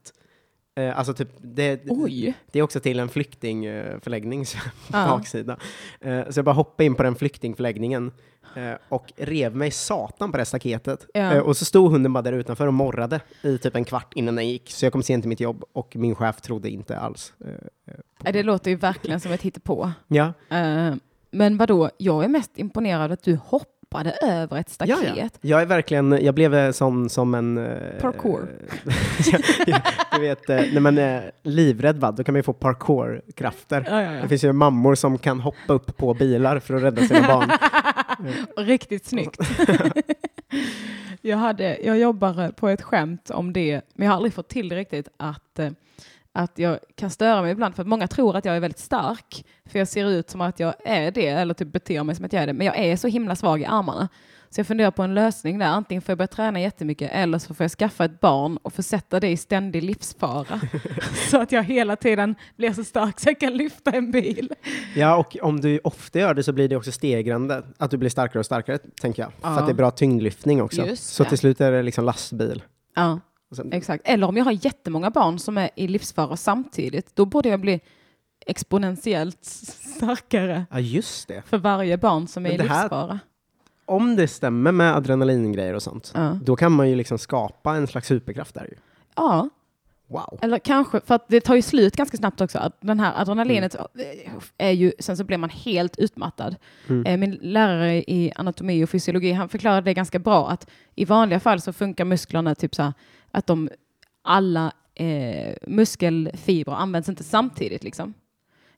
E: Eh, alltså typ, det,
A: Oj. Ah.
E: det är också till en flyktingförläggnings baksida. Eh, så jag bara hoppade in på den flyktingförläggningen eh, och rev mig satan på det staketet.
A: Ja.
E: Eh, och så stod hunden bara där utanför och morrade i typ en kvart innan den gick. Så jag kom sent till mitt jobb och min chef trodde inte alls. Eh,
A: Ja, Det låter ju verkligen som ett hittepå.
E: ja.
A: Eh, Men vadå, jag är mest imponerad att du hoppade över ett
E: Ja,
A: staket.
E: ja. Jag är verkligen, jag blev eh, sån som en... eh,
A: Parkour.
E: ja, ja, du vet, eh, när man är livrädd va, då kan man ju få parkourkrafter.
A: Ja, ja, ja.
E: Det finns ju mammor som kan hoppa upp på bilar för att rädda sina barn.
A: Riktigt snyggt. jag, hade, jag jobbar på ett skämt om det, men jag har aldrig fått till det riktigt att, eh, att jag kan störa mig ibland för att många tror att jag är väldigt stark för jag ser ut som att jag är det eller typ beter mig som att jag är det, men jag är så himla svag i armarna. Så jag funderar på en lösning där, antingen får jag börja träna jättemycket eller så får jag skaffa ett barn och försätta det i ständig livsfara. så att jag hela tiden blir så stark så jag kan lyfta en bil.
E: Ja, och om du ofta gör det så blir det också stegrande. Att du blir starkare och starkare, tänker jag. För att det är bra tyngdlyftning också.
A: Just
E: så
A: det.
E: till slut är det liksom lastbil.
A: Ja.
E: Och sen-
A: Exakt. Eller om jag har jättemånga barn som är i livsfara samtidigt, då borde jag bli exponentiellt starkare
E: Ja, just det.
A: för varje barn som är
E: Men
A: i
E: det här-
A: livsfara.
E: Om det stämmer med adrenalingrejer och sånt,
A: Ja.
E: då kan man ju liksom skapa en slags superkraft där ju.
A: Ja,
E: Wow.
A: eller kanske, för att det tar ju slut ganska snabbt också. Att Den här adrenalinet eh, är ju, sen så blir man helt utmattad. Eh, Min lärare i anatomi och fysiologi, han förklarade det ganska bra att i vanliga fall så funkar musklerna typ så här, att de, alla eh, muskelfibrer används inte samtidigt liksom.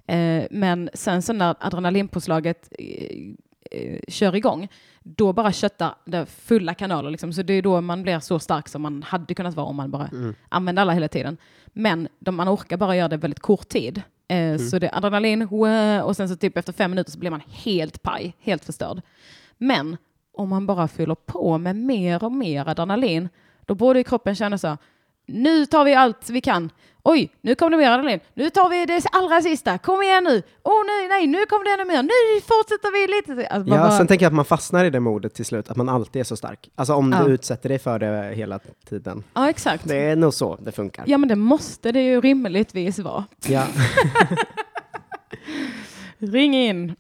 A: Eh, men sen så när adrenalinpåslaget eh, eh, kör igång, då bara köttar det fulla kanaler. Liksom. Så det är då man blir så stark som man hade kunnat vara om man bara använde alla hela tiden. Men de, man orkar bara göra det väldigt kort tid. Eh, Så det är adrenalin, wow, och sen så typ efter fem minuter så blir man helt paj, helt förstörd. Men om man bara fyller på med mer och mer adrenalin, då borde ju kroppen känna så här, nu tar vi allt vi kan. Oj, nu kom det mer adrenalin. Nu tar vi det allra sista. Kom igen nu. Åh nej, nej, nu kom det ännu mer. Nu fortsätter vi lite. till." Alltså, man
E: Ja,
A: bara-
E: sen tänker jag att man fastnar i det modet till slut, att man alltid är så stark. Alltså om
A: Ja.
E: du utsätter dig för det hela tiden.
A: ja exakt.
E: Det är nog så det funkar.
A: Ja, men det måste det ju rimligtvis vara.
E: Ja.
A: Ring in.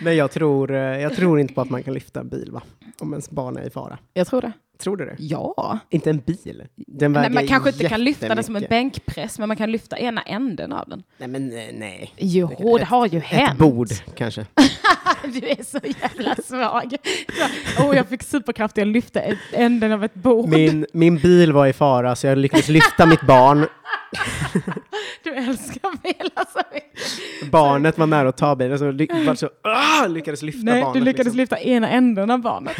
E: Men jag tror, eh, jag tror inte på att man kan lyfta en bil, va? Om ens barn är i fara.
A: Jag tror det.
E: Tror du det?
A: Ja.
E: Inte en bil. Den
A: Nej,
E: väger
A: man kanske inte kan lyfta den som en
E: jättemycket.
A: bänkpress, men man kan lyfta ena änden av den.
E: Nej, men eh, nej.
A: Jo, det har ju hänt.
E: Ett bord kanske.
A: Du är så jävla svag. Åh, oh, jag fick superkraft. Jag lyfte ett, änden av ett bord.
E: Min, min bil var i fara så jag lyckades lyfta mitt barn.
A: Du älskar bilar så mycket.
E: Barnet var nära att ta bilen så, ly- bara så ah, lyckades lyfta
A: Nej,
E: barnet.
A: du lyckades
E: liksom.
A: lyfta ena änden av barnet.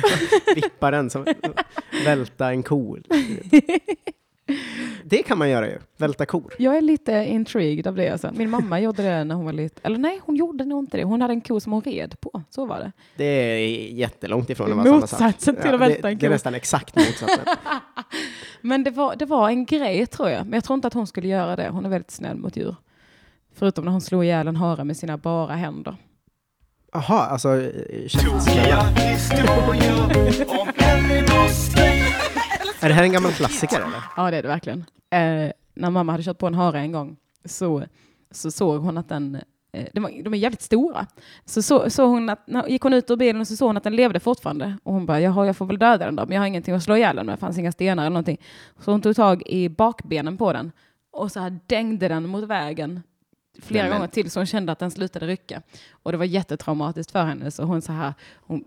E: Vippa den som välta en ko. Det kan man göra ju. Välta kor.
A: Jag är lite intrigued av det. Alltså. Min mamma gjorde det när hon var liten. Eller nej, hon gjorde nog inte det. Hon hade en ko som hon red på. Så var det.
E: Det är jättelångt ifrån att vara samma sak.
A: Motsatsen till att välta
E: det,
A: en
E: Det är
A: ko.
E: nästan exakt motsatsen.
A: Men det var, det var en grej tror jag. Men jag tror inte att hon skulle göra det. Hon är väldigt snäll mot djur. Förutom när hon slog ihjäl en hare med sina bara händer.
E: Jaha, alltså... eh,
G: Tokiga
E: känslan.
G: historier om Elin och Stig.
E: Är det här en gammal klassiker eller?
A: Ja, det är det verkligen. Eh, när mamma hade kört på en hare en gång så, så såg hon att den eh, de, var, de är jävligt stora. Så, så, så hon att, när, gick hon ut ur bilen och så såg hon att den levde fortfarande. Och hon bara, jaha, jag får väl döda den då, men jag har ingenting att slå ihjäl den med. Det fanns inga stenar eller någonting. Så hon tog tag i bakbenen på den och så här dängde den mot vägen flera gånger till så hon kände att den slutade rycka. Och det var jättetraumatiskt för henne så hon så här, hon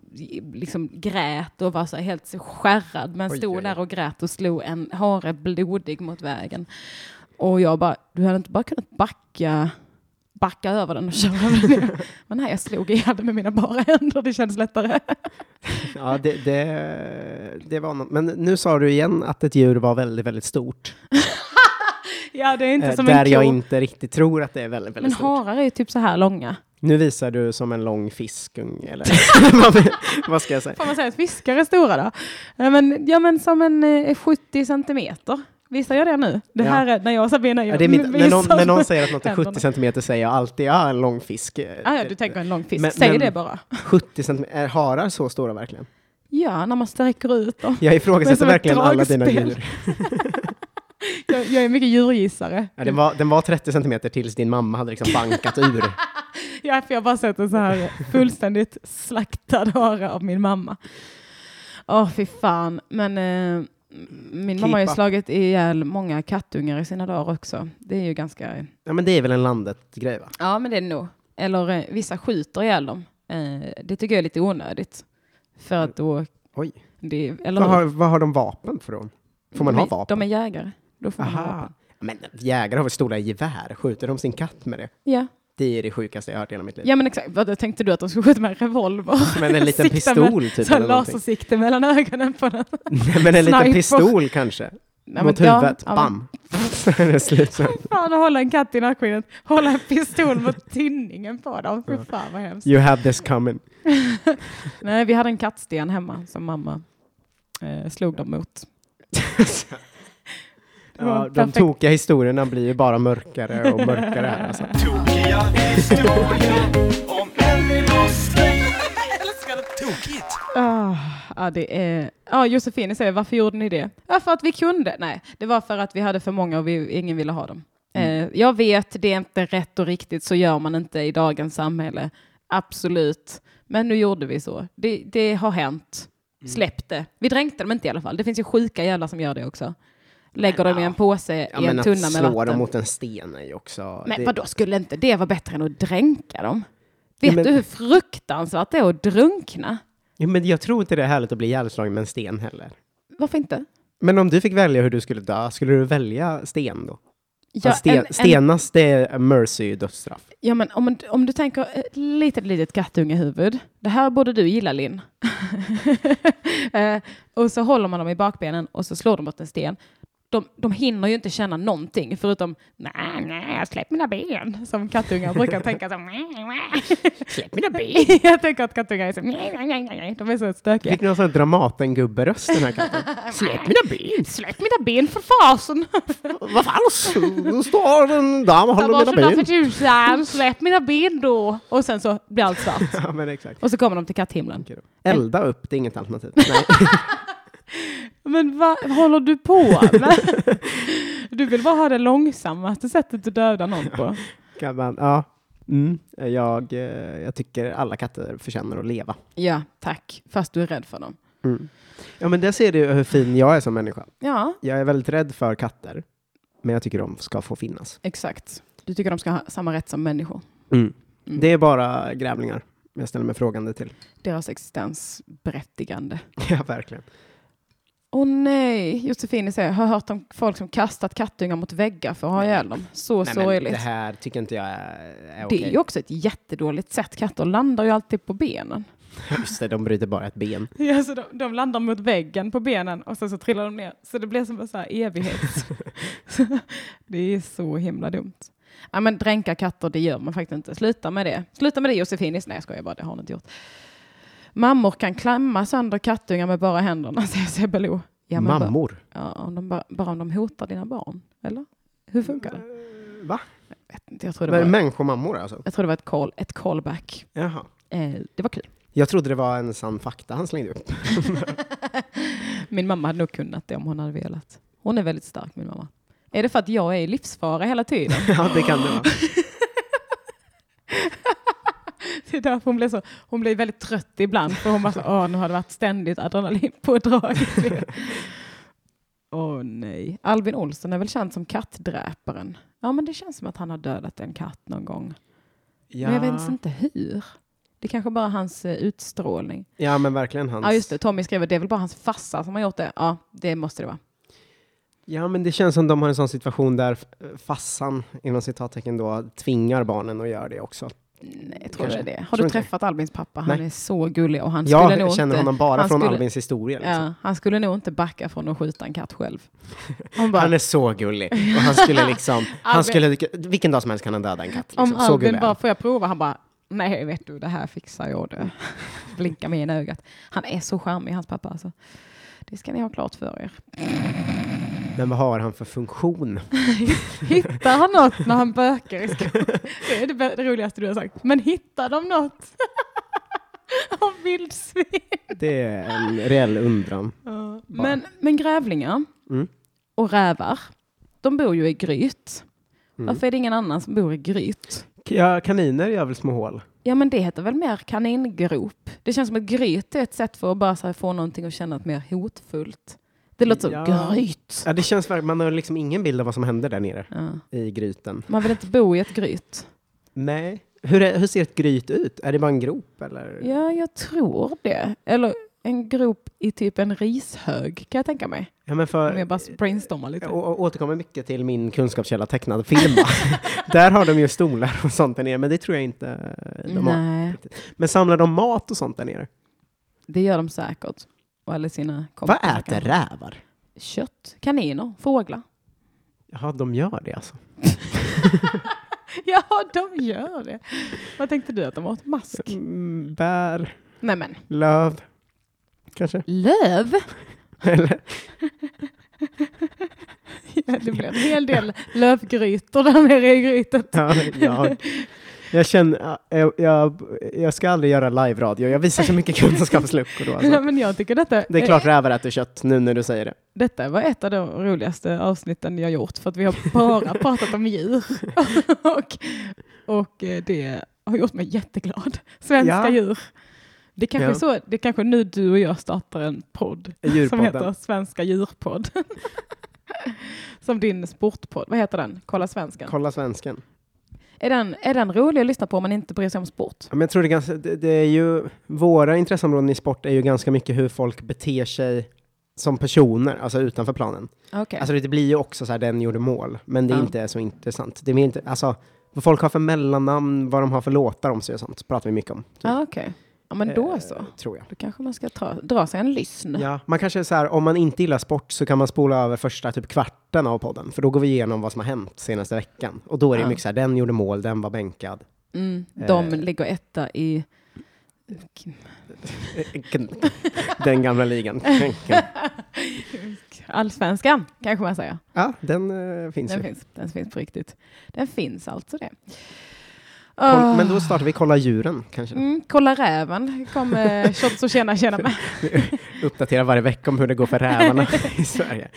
A: liksom grät och var så här helt så skärrad men stod
E: oj.
A: där och grät och slog en hare blodig mot vägen. Och jag bara, du hade inte bara kunnat backa, backa över den och köra över den. Men nej, jag slog ihjäl den med mina bara händer, det kändes lättare.
E: Ja, det, det, det var något. Men nu sa du igen att ett djur var väldigt, väldigt stort.
A: Ja, det är inte
E: Eh,
A: som
E: där
A: en ko.
E: jag inte riktigt tror att det är väldigt,
A: men
E: väldigt stort.
A: harar är ju typ så här långa.
E: Nu visar du som en lång fiskung, eller vad- vad ska jag säga?
A: Får man säga att fiskar är stora då? Ja men, ja, men som en eh, 70 centimeter. Visar jag det nu? Det
E: Ja.
A: här är, när jag och Sabina
E: Ja,
A: gör,
E: det är mitt, när, någon,
A: visar
E: när någon säger att något är
A: händerna.
E: 70 centimeter säger jag alltid ja, en lång fisk.
A: Ah, ja, du tänker en lång fisk.
E: Men-
A: Säg
E: men-
A: det bara.
E: 70 centimeter, är harar så stora verkligen?
A: Ja, när man sträcker ut dem.
E: Jag
A: Men som
E: ifrågasätter
A: ett
E: verkligen alla dina
A: dragspel.
E: djur.
A: Jag, jag är mycket djurgissare.
E: Ja, den, var, den var 30 centimeter tills din mamma hade liksom bankat ur.
A: Ja, för jag har bara sett en så här fullständigt slaktad hare av min mamma. Åh, fy fan. Men eh, min mamma har ju
E: Keep up.
A: slagit ihjäl många kattungar i sina dagar också. Det är ju ganska...
E: Ja, men det är väl en landet-grej va?
A: Ja, men det är det nog. Eller eh, vissa skjuter ihjäl dem. Eh, det tycker jag är lite onödigt. För att då...
E: Oj.
A: Det, eller
E: Vad
A: hur?
E: har, vad har de vapen från? Får man
A: de,
E: ha
A: är-
E: vapen?
A: De är jägare. Då får man ha
E: Aha.
A: vapen.
E: Men jägare har väl stora gevär? Skjuter de sin katt med det?
A: Ja.
E: Det är det sjukaste jag har hört i hela mitt liv.
A: ja, men exakt. Vad tänkte du att de skulle skjuta med en revolver?
E: Men en liten
A: Sikta
E: pistol
A: med,
E: typ
A: Så här
E: eller någonting.
A: lasersikte mellan ögonen på den.
E: Nej, men
A: Sniper.
E: en liten pistol kanske?
A: Nej,
E: Mot
A: men ja,
E: huvudet,
A: ja, men-
E: bam! Så är det slut sen.
A: Fan att hålla en katt i nackskinnet, hålla en pistol mot tinningen på dem. Fy fan vad hemskt.
E: You have this coming.
A: Nej, vi hade en kattsten hemma som mamma eh, slog dem mot. Det var
E: Ja, de
A: perfekt.
E: tokiga historierna blir ju bara mörkare och mörkare här alltså.
G: Tokiga historier om Elin och Stig. Älskar det tokigt.
A: Ah, ja, det är... Ja, Josefine säger, varför gjorde ni det? Ja, för att vi kunde. Nej, det var för att vi hade för många och vi, ingen ville ha dem.
E: Mm.
A: Eh, jag vet, det är inte rätt och riktigt, så gör man inte i dagens samhälle. Absolut. Men nu gjorde vi så. Det, det har hänt.
E: Mm.
A: Släpp det. Vi dränkte dem inte i alla fall. Det finns ju sjuka jävlar som gör det också. Lägger dem i en påse
E: Ja,
A: i en
E: men
A: tunna
E: att
A: med
E: slå
A: vatten.
E: dem mot en sten är ju också...
A: Men
E: det-
A: vadå, skulle inte det vara bättre än att dränka dem?
E: Ja,
A: Vet
E: men-
A: du hur fruktansvärt det är att drunkna?
E: Ja, men jag tror inte det är härligt att bli ihjälslagen med en sten heller.
A: Varför inte?
E: Men om du fick välja hur du skulle dö, skulle du välja sten då?
A: Ja,
E: Fast sten,
A: en- en-
E: stenas, det är mercy dödsstraff.
A: Ja, men om, man- om du tänker ett litet, litet kattungehuvud. Det här borde du gilla, Linn. eh, och så håller man dem i bakbenen och så slår de mot en sten. de, de hinner ju inte känna någonting förutom nej, nej, släpp mina ben, som kattungar brukar tänka. Så, nej, nej. Släpp mina ben. Jag tänker att kattungar är så, nej, nej, nej, nej. de är så stökiga.
E: Fick någon sån här Dramaten-gubberöst den här katten?
A: Släpp mina ben! Släpp mina ben för fasen!
E: Vad falskt! Nu står en dam och
A: Ta
E: håller
A: bort
E: mina
A: dem för
E: ben.
A: tusan! Släpp mina ben då! Och sen så blir allt svart.
E: Ja, men exakt.
A: Och så kommer de till katthimlen.
E: Elda upp, det är inget alternativ. Nej.
A: Men vad håller du på med? Du vill bara ha det långsammaste sättet att döda någon på.
E: Kan man, ja. mm. jag, eh, jag tycker alla katter förtjänar att leva.
A: Ja, tack. Fast du är rädd för dem.
E: Ja, men där ser du hur fin jag är som människa.
A: Ja,
E: Jag är väldigt rädd för katter, men jag tycker de ska få finnas.
A: exakt. Du tycker de ska ha samma rätt som människor. Mm.
E: Det är bara grävlingar jag ställer mig frågande till.
A: Deras existensberättigande.
E: Ja, verkligen.
A: Åh nej, Josefine säger, har hört om folk som kastat kattungar mot väggar för att ha ihjäl dem. Så
E: Nej, men
A: sorgligt.
E: det här tycker inte jag är, är
A: Det
E: okej.
A: är ju också ett jättedåligt sätt. Katter landar ju alltid på benen.
E: Just det, de bryter bara ett ben.
A: Ja, så de, de landar mot väggen på benen och sen så trillar de ner. Så det blir som en så här evighet. Så det är så himla dumt. Ja, men dränka katter, det gör man faktiskt inte. Sluta med det. Sluta med det Josefinis. Nej, jag skojar bara. Det har hon inte gjort. Mammor kan klämma sönder kattungar med bara händerna, säger Sebbe Lo. Ja, men bara-
E: Mammor.
A: Ja, om de bara, bara om de hotar dina barn, eller? Hur funkar det?
E: Va?
A: Jag vet inte, Jag tror det var,
E: Människomammor alltså?
A: jag tror det var ett, call, ett callback.
E: Jaha.
A: Eh, det var kul.
E: Jag trodde det var en sann fakta han slängde upp.
A: Min mamma hade nog kunnat det om hon hade velat. Hon är väldigt stark, min mamma. Är det för att jag är i livsfara hela tiden?
E: ja, det kan det vara.
A: Det är därför hon blir, så, hon blir väldigt trött ibland. För hon bara så, åh, nu har det varit ständigt adrenalinpådrag. Åh nej. Albin Olsson är väl känd som kattdräparen? Ja, men det känns som att han har dödat en katt någon gång.
E: Ja.
A: Men jag vet inte hur. Det kanske bara är hans eh, utstrålning.
E: ja, men verkligen hans.
A: Ja, just det. Tommy skriver, det är väl bara hans farsa som har gjort det. Ja, det måste det vara.
E: Ja, men det känns som de har en sån situation där eh, fassan, inom citattecken då, tvingar barnen att göra det också.
A: Nej, jag tror det
E: Kanske.
A: är det. Har
E: Tror
A: du
E: inte.
A: träffat Albins pappa? Han
E: Nej.
A: är så gullig och han skulle nog
E: Jag känner
A: inte,
E: honom bara
A: han
E: från
A: skulle,
E: Albins historia. Liksom.
A: Ja, han skulle nog inte backa från att skjuta en katt själv. Han bara,
E: Han är så gullig. Och han skulle liksom, han
A: Albin-
E: skulle, vilken dag som helst kan han döda en katt. Liksom.
A: om
E: så gullig
A: Albin
E: är
A: bara,
E: han.
A: får jag prova? Han bara, nej vet du, det här fixar jag det. Blinka med ena ögat. Han är så charmig, hans pappa alltså. Det ska ni ha klart för er.
E: Men vad har han för funktion?
A: Hittar han något när han bökar i skogen? Det är det, bä- det roligaste du har sagt. Men hittar de något? Om vildsvin.
E: Det är en reell undran.
A: Men, men grävlingar
E: Mm.
A: och rävar, de bor ju i gryt.
E: Mm.
A: Varför är det ingen annan som bor i gryt?
E: Ja, kaniner gör väl små hål?
A: Ja, men det heter väl mer kaningrop. Det känns som att gryt är ett sätt för att bara så här få någonting att känna mer hotfullt. Det låter så,
E: Ja.
A: gryt.
E: Ja, det känns verkligen, man har liksom ingen bild av vad som hände där nere
A: Ja.
E: i gryten.
A: Man vill inte bo i ett gryt.
E: Nej. Hur, är, hur ser ett gryt ut? Är det bara en grop eller?
A: Ja, jag tror det. Eller en grop i typ en rishög, kan jag tänka mig.
E: Ja, men
A: Om jag
E: för,
A: bara brainstormar lite.
E: jag å- återkommer mycket till min kunskapskälla tecknad film. där har de ju stolar och sånt där nere, men det tror jag inte de har.
A: Nej,
E: Men samlar de mat och sånt där nere?
A: det gör de säkert. Och alla sina
E: Vad
A: kompisar
E: äter
A: kanske.
E: rävar?
A: Kött, kaniner, fåglar.
E: Jaha, de gör det alltså.
A: Ja, de gör det. Vad tänkte du att de åt? Mask?
E: Mm, bär,
A: Nej men,
E: löv, kanske?
A: löv?
E: Eller?
A: Ja, det blev en hel del lövgrytor där nere i grytet.
E: Ja, jag, jag känner, jag, jag, jag ska aldrig göra live-radio. Jag visar så mycket kunskapsluckor då.
A: Nej,
E: Alltså.
A: men jag tycker detta,
E: Det är klart rävar äter kött nu när du säger det.
A: detta var ett av de roligaste avsnitten jag gjort för att vi har bara pratat om djur. och, och eh, det har gjort mig jätteglad. Svenska
E: Ja.
A: djur. Det kanske, är
E: Ja.
A: så, det kanske är nu du och jag startar en podd som
E: Djurpodden.
A: heter Svenska djurpodd. som din sportpodd. Vad heter den? Kolla svensken.
E: Kolla svensken.
A: Är den, är den rolig att lyssna på om man inte bryr sig om sport?
E: Ja, men jag tror det, är ganska, det, det är ju, våra intresseområden i sport är ju ganska mycket hur folk beter sig som personer, alltså utanför planen.
A: Okej.
E: Alltså det blir ju också så här, den gjorde mål, men det är
A: Ja.
E: inte så intressant. Det blir inte, alltså, vad folk har för mellannamn, vad de har för låtar om sig och sånt, pratar vi mycket om. typ.
A: ah, okej. Ja, Ja, men då så.
E: tror jag.
A: Då kanske man ska ta, dra sig en lyssn.
E: Eh, Ja, man kanske så här, om man inte gillar sport så kan man spola över första typ kvarten av podden, för då går vi igenom vad som har hänt senaste veckan. Och då är det
A: Ja.
E: mycket så här, den gjorde mål, den var bänkad.
A: Mm, de
E: Eh.
A: ligger etta i...
E: Eh, Den gamla ligan.
A: Allsvenskan, kanske man säger.
E: Ja, den eh, finns
A: Den
E: ju.
A: finns, den finns på riktigt. Den finns alltså det.
E: Koll,
A: Ah.
E: men då startar vi Kolla djuren kanske.
A: Mm, kolla räven, kom eh, shots och tjena tjena med.
E: Uppdatera varje vecka om hur det går för rävarna i Sverige.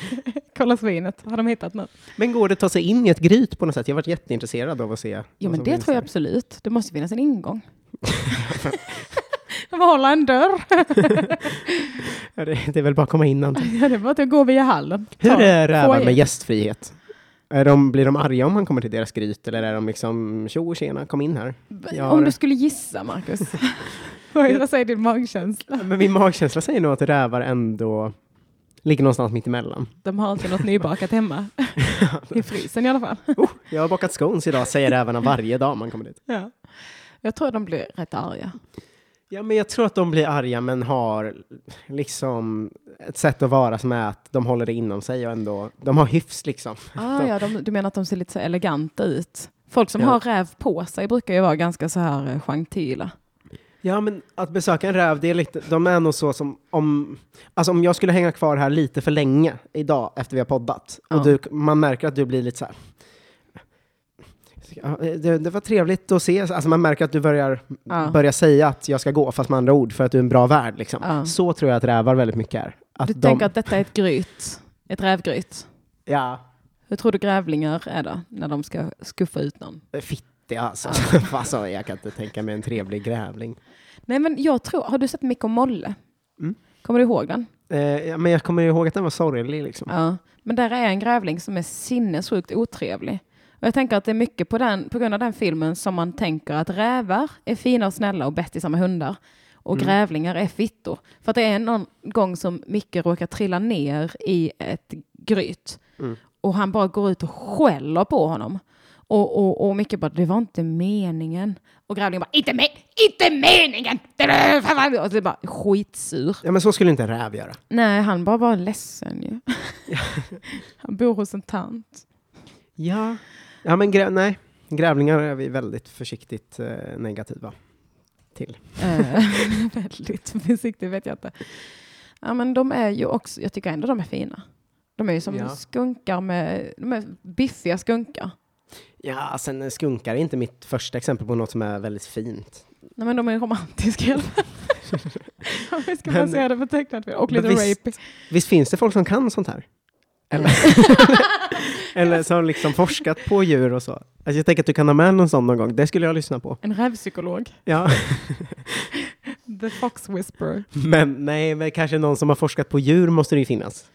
A: Kolla svinet, har de hittat nu?
E: Men går det att ta sig in i ett gryt på något sätt? Jag har varit jätteintresserad av att se.
A: Jo
E: vad
A: men
E: som
A: det
E: finns
A: tror jag
E: där.
A: absolut. Det måste finnas en ingång. De håller en dörr.
E: Ja, det, det är väl bara att komma in. antar jag.
A: Ja, det är bara att gå via hallen.
E: Hur
A: Ta-
E: är rävar
A: foajé.
E: med gästfrihet? Är de, blir de arga om man kommer till deras gryt eller är de liksom tjo och tjena, kom in här? Ja,
A: Om
E: det-
A: du skulle gissa, Marcus. Vad vad säger din magkänsla?
E: Men min magkänsla säger nog att rävar ändå ligger någonstans mitt emellan.
A: De har inte något nybakat hemma. I frysen i alla fall.
E: Oh, jag har bakat scones idag, säger rävarna varje dag man kommer dit.
A: Ja. Jag tror de blir rätt arga.
E: Ja, men jag tror att de blir arga, men har liksom ett sätt att vara som är att de håller det inom sig och ändå, de har hyfs liksom.
A: Ah, ja, de, du menar att de ser lite så eleganta ut? Folk som
E: Ja.
A: har räv på sig brukar ju vara ganska så här eh, gentila.
E: Ja, men att besöka en räv, det är lite, de är nog så som om, alltså om jag skulle hänga kvar här lite för länge idag efter vi har poddat
A: Ja.
E: och du, man märker att du blir lite så här. "Ja, Det, det var trevligt att ses. Alltså man märker att du börjar,
A: Ja.
E: börjar säga att jag ska gå, fast med andra ord, för att du är en bra värd. Liksom.
A: Ja.
E: Så tror jag att rävar väldigt mycket är. Att
A: Du
E: de-
A: tänker att detta är ett gryt, ett rävgryt.
E: Ja,
A: Hur tror du grävlingar är då, när de ska skuffa ut någon?
E: fittiga alltså. alltså. Jag kan inte tänka mig en trevlig grävling.
A: Nej, men jag tror, har du sett Mick och Molle?
E: Mm.
A: Kommer du ihåg den?
E: Eh, ja, men jag kommer ihåg att den var sorglig. Liksom.
A: Ja. Men där är en grävling som är sinnessjukt otrevlig. Och jag tänker att det är mycket på, den, på grund av den filmen som man tänker att rävar är fina och snälla och bättisar med hundar. Och grävlingar är fittor. För att det är någon gång som Micke råkar trilla ner i ett gryt. Och han bara går ut och skäller på honom. Och, och, och Micke bara, det var inte meningen. Och grävlingen bara, inte, me inte meningen! Och det är bara skitsur.
E: Ja, men så skulle inte en räv göra.
A: Nej, han bara var ledsen ju. han bor hos en tant.
E: Ja, ja men grä, nej. grävlingar är vi väldigt försiktigt eh, negativa till.
A: Eh, Väldigt försiktig vet jag inte. Ja, men de är ju också, jag tycker ändå de är fina. De är ju som
E: Ja.
A: skunkar med, de är biffiga skunkar.
E: Ja, sen eh, skunkar är inte mitt första exempel på något som är väldigt fint.
A: Nej, men de är romantiska i alla fall. Om vi ska
E: Men-
A: placera det på tecknat film. Och lite
E: Men visst-
A: rapey.
E: Visst finns det folk som kan sånt här? Eller, eller som liksom forskat på djur och så. Alltså jag tänker att du kan ha med någon sån någon gång. Det skulle jag lyssna på.
A: En rävpsykolog.
E: Ja.
A: The Fox Whisperer.
E: Men nej, men kanske någon som har forskat på djur måste det ju finnas.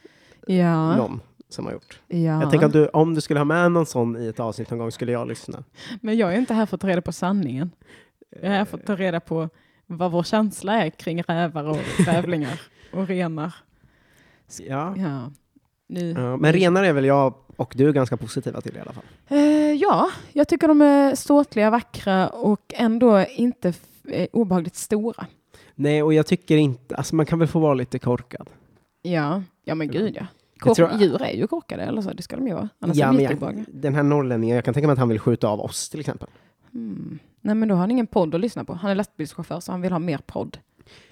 A: Ja.
E: Någon som har gjort.
A: ja.
E: Jag tänker att du, om du skulle ha med någon sån i ett avsnitt någon gång skulle jag lyssna.
A: Men jag är inte här för att ta reda på sanningen. Jag är här för att ta reda på vad vår känsla är kring rävar och grävlingar och renar.
E: Ja.
A: Ja, nu.
E: Ja, men renar är väl jag och du ganska positiva till i alla fall.
A: Eh, ja jag tycker de är ståtliga, vackra och ändå inte f- eh, obehagligt stora.
E: Nej, och jag tycker inte, alltså man kan väl få vara lite korkad.
A: Ja, ja men gud ja.
E: Jag
A: Kork,
E: tror-
A: Djur är ju korkade, eller så, det ska de ju vara. Annars är de
E: men
A: jätteobehagliga.
E: jag, den här norrlänningen, jag kan tänka mig att han vill skjuta av oss till exempel.
A: Mm. Nej, men då har han ingen podd att lyssna på. Han är lastbilschaufför, så han vill ha mer podd.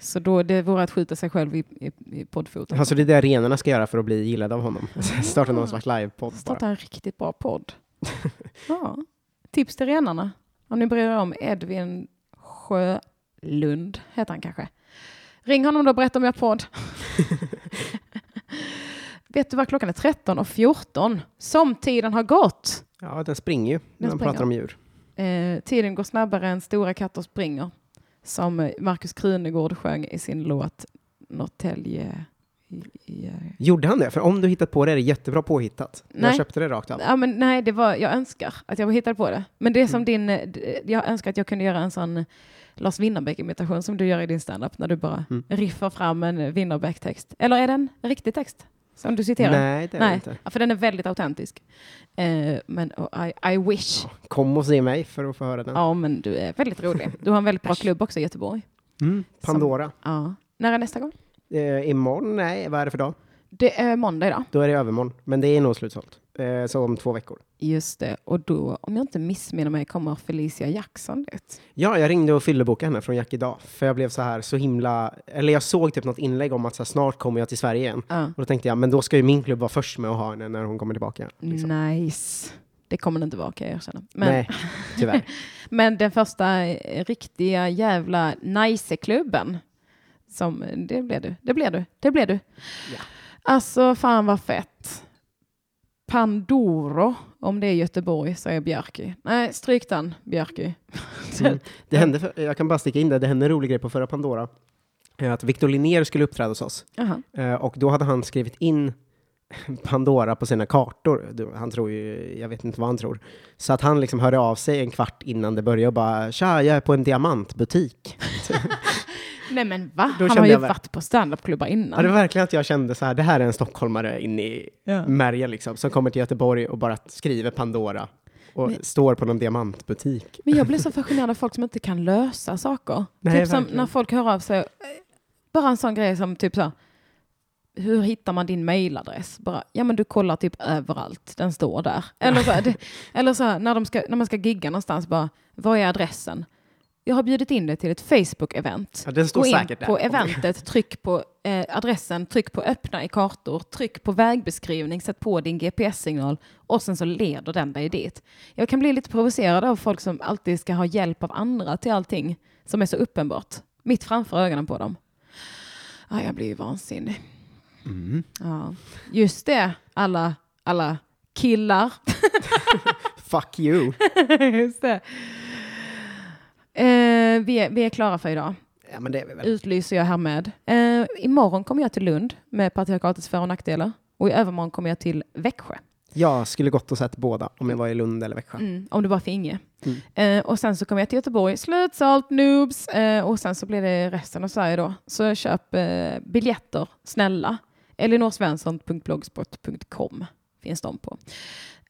A: Så då, det vore att skjuta sig själv i, i, i poddfoten.
E: Alltså det är det renarna ska göra för att bli gillade av honom. Starta någon slags livepodd
A: Starta
E: bara.
A: en riktigt bra podd. ja. Tips till renarna. Om ni bryr er om Edvin Sjölund, heter han kanske. Ring honom då och berätta om er podd. Vet du vad klockan är 13 och 14? Som tiden har gått.
E: Ja, den springer ju när man
A: springer.
E: pratar om djur.
A: Eh, tiden går snabbare än stora katter springer. Som eh, Markus Krunegård sjöng i sin låt Norrtälje. I, i, eh,
E: Gjorde han det? För om du hittat på det är det jättebra påhittat. Jag
A: Nej.
E: köpte det rakt av.
A: Ja, men nej, det var, jag önskar att jag hittade på det. Men det är som
E: Mm.
A: din, eh, d- jag önskar att jag kunde göra en sån eh, Lars Winnerbäck-imitation som du gör i din standup när du bara
E: Mm.
A: riffar fram en eh, Winnerbäck-text. Eller är den en riktig text som du citerar?
E: Nej, det är det
A: nej.
E: inte.
A: Ja, för den är väldigt autentisk. Eh, men oh, I, I wish.
E: Kom och se mig för att få höra den.
A: Ja, men du är väldigt rolig. Du har en väldigt bra klubb också i Göteborg.
E: Mm. Pandora.
A: Ja. När är nästa gång?
E: Eh, imorgon? Nej, vad är det för dag?
A: Det är måndag idag.
E: Då är det övermorgon. Men det är nog slutsålt. Eh, så om två veckor.
A: Just det. Och då, om jag inte missminner mig, kommer Felicia Jackson dit.
E: Ja, jag ringde och fyllebokade henne från Jack idag. För jag blev så här så himla... Eller jag såg typ något inlägg om att så här, snart kommer jag till Sverige igen.
A: Ja.
E: Och då tänkte jag, men då ska ju min klubb vara först med att ha henne när hon kommer tillbaka. Liksom.
A: Nice. Det kommer det inte vara, kan jag erkänna. Mm. Men,
E: Nej, tyvärr.
A: men den första eh, riktiga jävla nice-klubben. Som, det blev du, det blev du, det blev du. Alltså, fan vad fett. Pandoro, om det är Göteborg, säger Björky. Nej, stryk den, Björky.
E: Mm. Det hände, för, jag kan bara sticka in det, det hände en rolig grej på förra Pandora. Eh, Att Victor Linnér skulle uppträda hos oss.
A: Jaha.
E: Eh, Och då hade han skrivit in Pandora på sina kartor. Du- Han tror ju, jag vet inte vad han tror. Så att han liksom hörde av sig en kvart innan det började och bara “Tja, jag är på en diamantbutik”.
A: Nej men va?
E: Då
A: Han
E: kände
A: har ju
E: jag väl-
A: varit på standupklubbar innan.
E: Ja, det var verkligen att jag kände så här, det här är en stockholmare in i
A: Ja.
E: märgen liksom, som kommer till Göteborg och bara skriver Pandora och
A: Men-
E: står på någon diamantbutik.
A: Men jag blir så fascinerad av folk som inte kan lösa saker.
E: Nej,
A: typ som
E: verkligen.
A: när folk hör av sig. eh, Bara en sån grej som typ så här, hur hittar man din mailadress? Bara, ja men du kollar typ överallt, den står där. Eller så, här, det, eller så här, när, de ska, när man ska gigga någonstans, bara, vad är adressen? Jag har bjudit in dig till ett Facebook-event.
E: Ja, den står
A: Gå in
E: säkert där.
A: på eventet, tryck på eh, adressen, tryck på öppna i kartor, tryck på vägbeskrivning, sätt på din GPS-signal och sen så leder den dig dit. Jag kan bli lite provocerad av folk som alltid ska ha hjälp av andra till allting som är så uppenbart. Mitt framför ögonen på dem. Ja, jag blir ju vansinnig. Ja. Just det, alla, alla killar.
E: Fuck you!
A: Just det. Eh, vi, är, vi är klara för idag
E: Ja, men det är vi väl.
A: utlyser jag härmed. Eh, imorgon kommer jag till Lund med patriarkatets för och nackdelar. Och i övermorgon kommer jag till Växjö,
E: Jag skulle gått och sett båda om jag var i Lund eller Växjö.
A: mm, om det bara finge.
E: Mm.
A: Eh, och sen så kommer jag till Göteborg, slutsålt, noobs. Eh, och sen så blir det resten av Sverige då. Så köp eh, biljetter, snälla. Elinorsvensson.blogspot.com finns de på.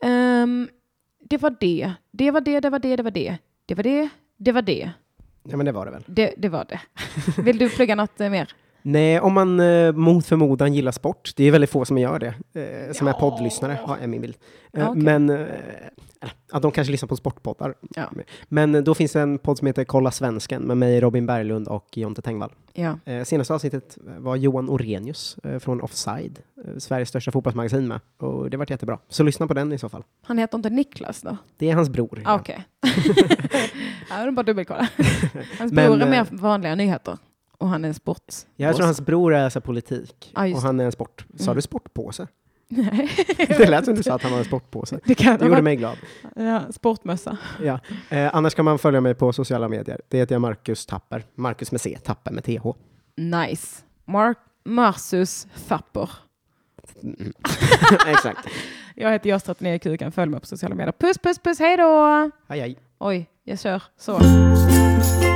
A: Ehm, det var det. Det var det, det var det, det var det. Det var det, det var det.
E: Ja, men det var det väl.
A: Det, det var det. Vill du plugga något eh, mer?
E: Nej, om man eh, mot förmodan gillar sport, det är väldigt få som gör det, eh, som är poddlyssnare, ja, är min bild. Eh,
A: Ja, okej.
E: Men eh, ja, de kanske lyssnar på sportpoddar.
A: Ja.
E: Men eh, då finns det en podd som heter Kolla svensken med mig, Robin Berglund och Jonte Tengvall.
A: Ja.
E: Eh, senaste avsnittet var Johan Orenius eh, från Offside, eh, Sveriges största fotbollsmagasin med. Och det vart jättebra. Så lyssna på den i så fall.
A: Han heter inte Niklas då?
E: Det är hans bror.
A: Ah, Okej. ja, det är bara dubbelkolla. Hans
E: Men,
A: bror är mer
E: eh,
A: vanliga nyheter. Och han är sports...
E: Jag tror hans bror är så här politik
A: Ja, just Mm.
E: och han är en sport... Sa du sportpåse?
A: Nej.
E: Det lät som du sa att han var en sportpåse.
A: Det kan
E: Det gjorde mig glad.
A: ja, Sportmössa.
E: Ja. Eh, annars kan man följa mig på sociala medier. Det heter jag Marcus Tapper. Marcus med C, Tapper med TH.
A: Nice. Mark Marsus Fapper.
E: Exakt.
A: Jag heter Gösta Ner kan följ mig på sociala medier. Puss, puss, puss. Hej då!
E: Hej, hej.
A: Oj, jag kör så.